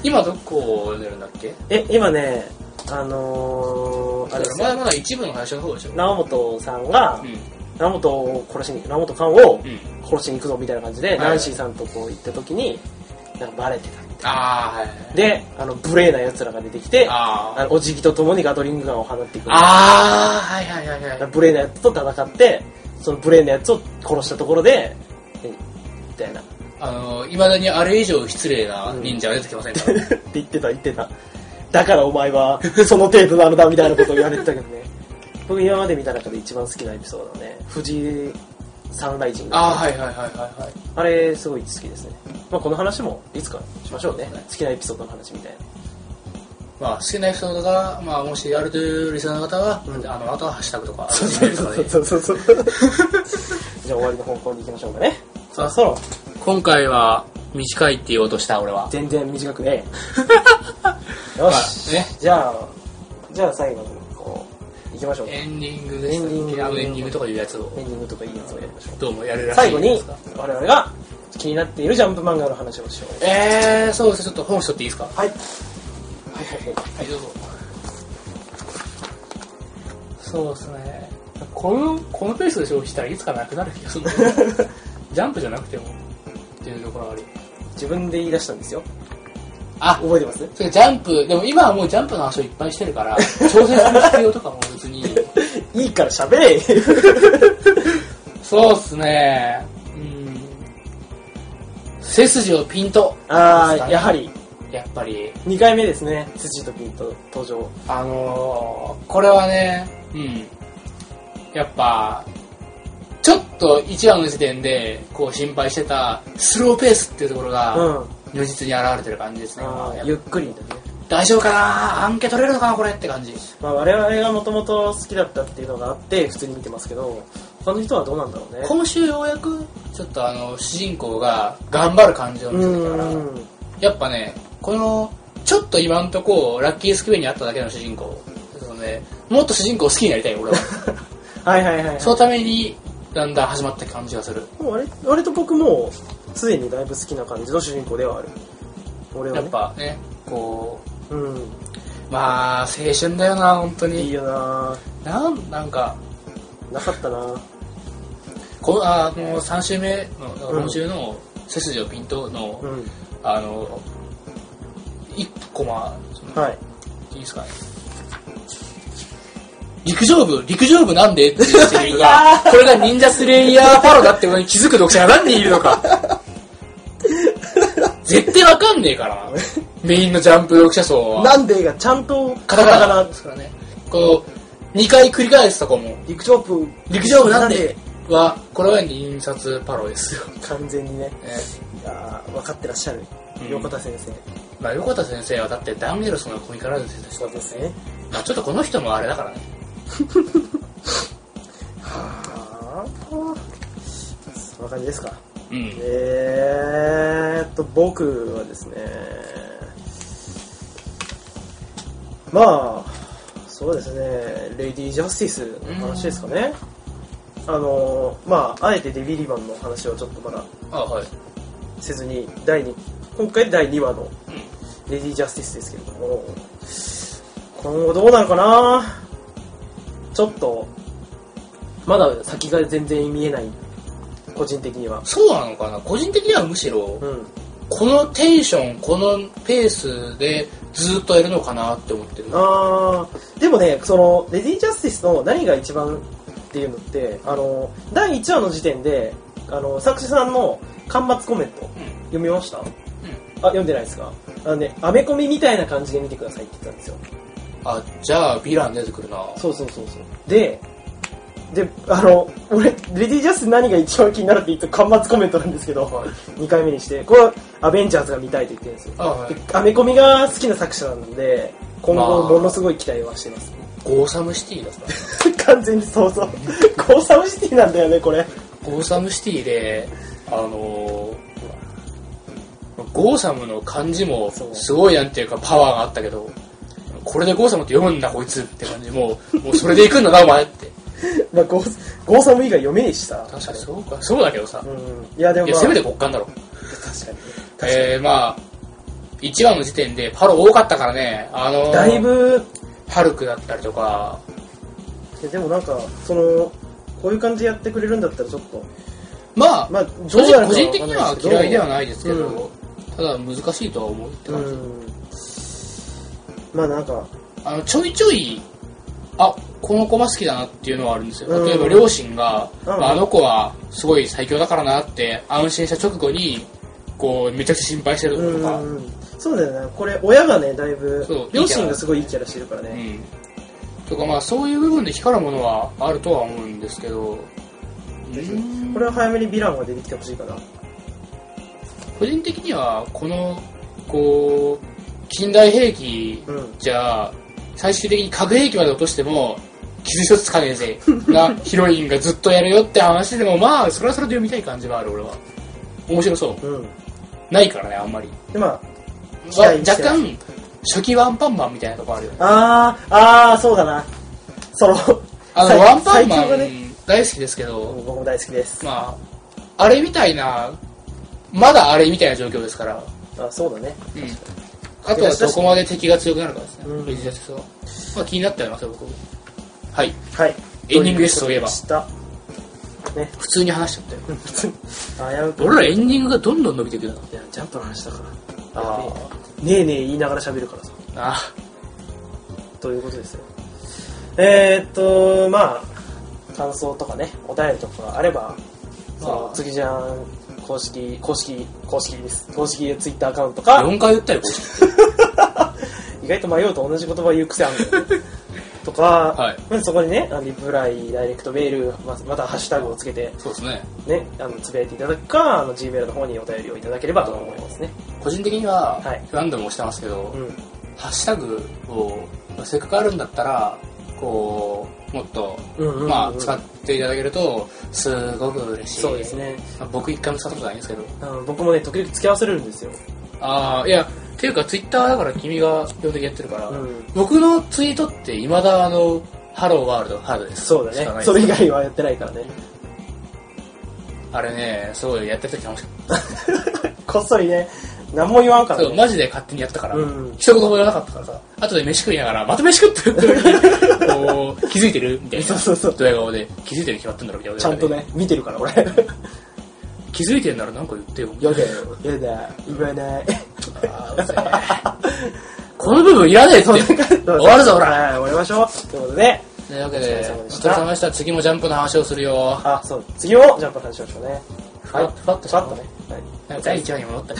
Speaker 1: 今どこ出るんだっけ
Speaker 2: え、今ね、あのー、あ
Speaker 1: あ
Speaker 2: れ
Speaker 1: れ
Speaker 2: です
Speaker 1: まだ
Speaker 2: よ
Speaker 1: まだ一部の話の方でしょ
Speaker 2: 直本さんが、
Speaker 1: うん
Speaker 2: 直本を殺しに、直本勘を
Speaker 1: うん
Speaker 2: 殺しに行くぞみたいな感じで、
Speaker 1: はいはい
Speaker 2: ナンシーさんとこう行った時に、なんかバレてた。
Speaker 1: ああはいはい
Speaker 2: で、あの、無礼な奴らが出てきて、
Speaker 1: あ
Speaker 2: あ
Speaker 1: ー
Speaker 2: のお辞儀とともにガトリングガンを放っていく。
Speaker 1: あーはいはいはいはい
Speaker 2: 無礼な奴と戦って、その無礼な奴を殺したところで、えみたいな。っ
Speaker 1: あのいまだにあれ以上失礼な忍者は出てきませんから、
Speaker 2: て言ってた、言ってた。だからお前は、その程度なのだみたいなことを言われてたけどね。 [LAUGHS] 僕今まで見た中で一番好きなエピソードはね、藤井サンライジング。
Speaker 1: [LAUGHS] ああはいはいはいはいはい
Speaker 2: あれ、すごい好きですね。まあ、この話もいつかしましょうね
Speaker 1: はい。
Speaker 2: 好きなエピソードの話みたいな。
Speaker 1: まあ、好きなエピソードが、まあ、もしやるというリスナーの方は、
Speaker 2: うん
Speaker 1: あの、あとはハッシュタグとか、
Speaker 2: そうそうそうそう [LAUGHS] そう。じゃあ終わりの方向に行きましょうかね。そろそろ、
Speaker 1: 今回は、短いって言おうとした、俺は。
Speaker 2: 全然短くね [LAUGHS] え。
Speaker 1: まあ
Speaker 2: よし。
Speaker 1: ね
Speaker 2: じゃあ、じゃあ最後にこう、行きましょうか。
Speaker 1: エンディングでした
Speaker 2: エンディング
Speaker 1: あのエンディングとかいうやつを
Speaker 2: エ、ンディングとかいいやつをやりましょう。
Speaker 1: どうもやるらしい
Speaker 2: 最後
Speaker 1: で
Speaker 2: に
Speaker 1: すか、
Speaker 2: 我々が気になっているジャンプ漫画の話をしよう。
Speaker 1: えー、そうですね、ちょっと本しとっていいですかは
Speaker 2: はい。はいはいはい。
Speaker 1: い、どうぞ。そうですね。この、このペースで消費したらいつかなくなる気が [LAUGHS] するんだよジャンプじゃなくても、っていうところあり。
Speaker 2: 自分で言い出したんですよ。
Speaker 1: あ、
Speaker 2: 覚えてます
Speaker 1: それジャンプ、でも今はもうジャンプの話をいっぱいしてるから、挑戦する必要とかも別に。
Speaker 2: いいから喋れ
Speaker 1: そうっすね。うん。背筋をピンと。
Speaker 2: あ
Speaker 1: ですか
Speaker 2: あ、
Speaker 1: ね
Speaker 2: やはり、
Speaker 1: やっぱり、
Speaker 2: 2回目ですね。辻とピンと登場。
Speaker 1: あのーこれはね、うん。やっぱ、ちょっと1話の時点で、こう心配してた、スローペースっていうところ
Speaker 2: う
Speaker 1: が、
Speaker 2: ん。
Speaker 1: 如実に現れてる感じですね。
Speaker 2: あー
Speaker 1: やっぱ
Speaker 2: ゆっくりだね。
Speaker 1: 大丈夫かなアンケ取れるのかなこれって感じ。
Speaker 2: まあ、我々がもともと好きだったっていうのがあって、普通に見てますけど、他の人はどうなんだろうね。
Speaker 1: 今週ようやくちょっとあの主人公が頑張る感じを見
Speaker 2: う
Speaker 1: せてたから
Speaker 2: ーん。
Speaker 1: やっぱねこのちょっと今んとこラッキースクエアにあっただけの主人公その、ね、もっと主人公好きになりたい俺
Speaker 2: [LAUGHS]
Speaker 1: は
Speaker 2: はいはいはいはい。
Speaker 1: そのためにだんだん始まった感じがする
Speaker 2: もう割割と僕も、すでにだいぶ好きな感じの主人公ではある。俺は、
Speaker 1: や
Speaker 2: ね。
Speaker 1: っぱねこう
Speaker 2: うん。
Speaker 1: まあ青春だよな本当
Speaker 2: いい
Speaker 1: に
Speaker 2: よな
Speaker 1: なんなんか
Speaker 2: なかったな
Speaker 1: このあの3週目の
Speaker 2: うん
Speaker 1: 今週の背筋をピントの、
Speaker 2: うん。
Speaker 1: あの1コマその
Speaker 2: はい。
Speaker 1: いいですかね。陸上部、陸上部なんでっていうセリフ
Speaker 2: [LAUGHS]
Speaker 1: が、これが忍者スレイヤーパロだってことに気づく読者が何人いるの
Speaker 2: [LAUGHS]
Speaker 1: か。絶対わかんねえから、メインのジャンプ読者層は。
Speaker 2: なんでがちゃんと
Speaker 1: カタカ
Speaker 2: カ
Speaker 1: ナ
Speaker 2: ナ
Speaker 1: です [LAUGHS] からね。この、2回繰り返すとこも、
Speaker 2: 陸上部。
Speaker 1: 陸上部なんでは、これは印刷パロですよ。
Speaker 2: 完全にね。
Speaker 1: ね
Speaker 2: いやー分かってらっしゃる
Speaker 1: うん。
Speaker 2: 横田先生。
Speaker 1: まあ、横田先生はだってダンネルソンのコミカルアートです
Speaker 2: そうですね。
Speaker 1: まあ、ちょっとこの人もあれだからね。
Speaker 2: はあ。そんな感じですか。
Speaker 1: うん。
Speaker 2: えーっと、僕はですね、まあ、そうですね、レディ・ジャスティスの話ですかね。あの、まあ、あえてデビリバンの話をちょっとまだ
Speaker 1: あ、はい。
Speaker 2: せずに、第二今回第2話の
Speaker 1: うん
Speaker 2: レディ・ジャスティスですけれども、今後どうなるかなちょっと、まだ先が全然見えない、個人的には。
Speaker 1: そうなのかな個人的にはむしろ
Speaker 2: う、ん。
Speaker 1: このテンション、このペースでずっとやるのかなって思ってる。
Speaker 2: あーでもねそのレディー・ジャスティスの何が一番っていうのってあの第1話の時点であの作者さんの間末コメン
Speaker 1: う
Speaker 2: ト、
Speaker 1: ん
Speaker 2: 読みました、あ、読んでないですかあのね、アメコミみたいな感じで見てくださいって言ったんですよ。
Speaker 1: あ、じゃあ、ヴィラン出てくるな。
Speaker 2: そうそうそうそう。で、で、あの、俺、レディージャスティス何が一番気になるって言った間末コメントなんですけど、
Speaker 1: はい
Speaker 2: 2回目にして、これはアベンジャーズが見たいと言ってるんですよ。
Speaker 1: あ、はい
Speaker 2: で。アメコミが好きな作者なので、今後ものすごい期待はしてます。
Speaker 1: ゴーサムシティだった。
Speaker 2: 完全にそうそう。ゴーサムシティなんだよね、これ。
Speaker 1: ゴーサムシティで、あのーほらゴーサムの漢字も
Speaker 2: そう
Speaker 1: すごいなんていうかパワーがあったけど、これでゴーサムって読むんだこいつって感じ、もう、もうそれで行くんだなお前って。
Speaker 2: まあ、ゴーゴーサム以外読めねえしさ。
Speaker 1: 確かにそうか。そうだけどさ
Speaker 2: う。ん。いや、でも、
Speaker 1: い
Speaker 2: ま
Speaker 1: や、
Speaker 2: あ、
Speaker 1: せめて極寒だろ。
Speaker 2: 確かに。
Speaker 1: えー、まあ、1話の時点でパロ多かったからね、あのー
Speaker 2: だいぶ、
Speaker 1: ハルクだったりとか、
Speaker 2: えでもなんか、その、こういう感じでやってくれるんだったらちょっと、
Speaker 1: まあ、
Speaker 2: まあ、
Speaker 1: 正
Speaker 2: どうなる
Speaker 1: 直
Speaker 2: か
Speaker 1: 個人的に
Speaker 2: わ
Speaker 1: は
Speaker 2: かんないですけど
Speaker 1: 嫌いではないですけど、ただ難しいとは思うって
Speaker 2: う
Speaker 1: 感じ。
Speaker 2: ん。まあなんか、
Speaker 1: あの、ちょいちょい、あ、この子が好きだなっていうのはあるんです
Speaker 2: う
Speaker 1: よ。
Speaker 2: ん
Speaker 1: 例えば両親が、
Speaker 2: うん
Speaker 1: まあ、あの子はすごい最強だからなって安心した直後に、こう、めちゃくちゃ心配してる
Speaker 2: う
Speaker 1: とか、
Speaker 2: ん。そうだよね。これ、親がね、だいぶ
Speaker 1: そう、
Speaker 2: 両親がすごいいいキャラしてるから
Speaker 1: う
Speaker 2: ね。
Speaker 1: ん。とか、まあそういう部分で光るものはあるとは思うんですけど、うん
Speaker 2: これは早めにヴィランが出てきてほしいかな。
Speaker 1: 個人的には、この、こう、近代兵器
Speaker 2: うん。
Speaker 1: じゃあ、最終的に核兵器まで落としても、傷一つつかねえぜ。 [LAUGHS] な、ヒロインがずっとやるよって話でも、まあ、それはそれで読みたい感じはある、俺は。面白そう。
Speaker 2: うん。
Speaker 1: ないからね、あんまり。
Speaker 2: で、まあ、期
Speaker 1: まあ
Speaker 2: 待して
Speaker 1: 若干、初期ワンパンマンみたいなとこあるよね。
Speaker 2: あー、あー、そうだな。その、
Speaker 1: あ
Speaker 2: 最
Speaker 1: の、ワンパンマ
Speaker 2: 最強が
Speaker 1: ン
Speaker 2: ね、
Speaker 1: 大好きですけ
Speaker 2: う
Speaker 1: ど、
Speaker 2: ん僕も大好きです。
Speaker 1: まあ、あれみたいな、まだあれみたいな状況ですから。
Speaker 2: あ、そうだね。
Speaker 1: うん。あとはどこまで敵が強くなるかですね。
Speaker 2: うん
Speaker 1: レジデンスは。まあ気になったよな、それ僕。はい。
Speaker 2: はい。
Speaker 1: エンディングですそういえば
Speaker 2: とうことで
Speaker 1: 普通に話しちゃったよ。
Speaker 2: した。ね。危うく。
Speaker 1: 俺らエンディングがどんどん伸びていくよな。
Speaker 2: いや、ジャンプの話だから。
Speaker 1: あ
Speaker 2: ねえねえ言いながら喋るからさ。
Speaker 1: あ
Speaker 2: ということですよ。えー、っと、まあ、感想とかね、お便りとかあれば、そ
Speaker 1: ま
Speaker 2: の
Speaker 1: あ
Speaker 2: 次じゃん公式、公式、公式です。公式ツイッターアカウント
Speaker 1: あ。
Speaker 2: か、
Speaker 1: 4回言ったよ、こ
Speaker 2: 意外と迷うと同じ言葉言う癖あるんだよね [LAUGHS] とか、
Speaker 1: はい
Speaker 2: まずそこにね、あのリプライ、ダイレクトメール、ままたハッシュタグをつけて、
Speaker 1: そうですね。
Speaker 2: ね、あの、つぶやいていただくか、あの、Gmail の方にお便りをいただければと思いますね。
Speaker 1: 個人的には
Speaker 2: はい、
Speaker 1: 何度もしてますけど、
Speaker 2: うん。
Speaker 1: ハッシュタグを、まあせっかくあるんだったら、こう、もっと、
Speaker 2: うんうんうんうん
Speaker 1: まあ、使っていただけると、すごく嬉しい。
Speaker 2: そうです。ね。
Speaker 1: まあ、僕一回も使ったことないんですけど。
Speaker 2: あの僕もね、時々付き合わせるんですよ。
Speaker 1: ああ、いや、っていうか、ツイッターだから君が基本的にやってるから、
Speaker 2: うん
Speaker 1: 僕のツイートって未だあの、ハローワールド、ハードです。
Speaker 2: そう
Speaker 1: し
Speaker 2: だ
Speaker 1: かないです
Speaker 2: ね。それ以外はやってないからね。
Speaker 1: あれね、すごいやってる時楽しかっ
Speaker 2: こっそりね、何も言わんか
Speaker 1: た。そ
Speaker 2: ら
Speaker 1: う、
Speaker 2: ね。
Speaker 1: マジで勝手にやったから、
Speaker 2: うん
Speaker 1: 一言も言わなかったからさ、後で飯食いながら、また飯食ってるって時にこう気づいてるみたいな。
Speaker 2: そうそうそう
Speaker 1: ドヤ顔で、気づいてるに決まってんだろみたいな。
Speaker 2: ちゃんと。ね、見てるから俺。
Speaker 1: 気づいてるならなんか言ってよ。
Speaker 2: やだよ。やだ。言
Speaker 1: [LAUGHS]
Speaker 2: わない。
Speaker 1: あーうぜえ [LAUGHS] この部分いらねえって。終わるぞ、ほら。
Speaker 2: はい、終わりましょう。ということで、
Speaker 1: というわけ
Speaker 2: お疲れ
Speaker 1: で、
Speaker 2: 様
Speaker 1: お
Speaker 2: でし
Speaker 1: 疲
Speaker 2: た
Speaker 1: れ様でした。次もジャンプの話をするよ。
Speaker 2: あ、そう、次もジャンプの話しましょうね。
Speaker 1: ふ
Speaker 2: はい
Speaker 1: わ、ふわっとし
Speaker 2: さ
Speaker 1: た
Speaker 2: っとね。はい。 [LAUGHS]
Speaker 1: 第1話に戻った。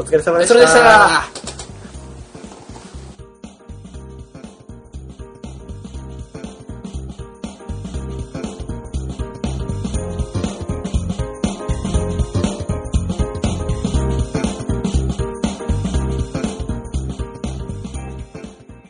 Speaker 2: お疲れ様でし
Speaker 1: そ
Speaker 2: た。
Speaker 1: れでしたら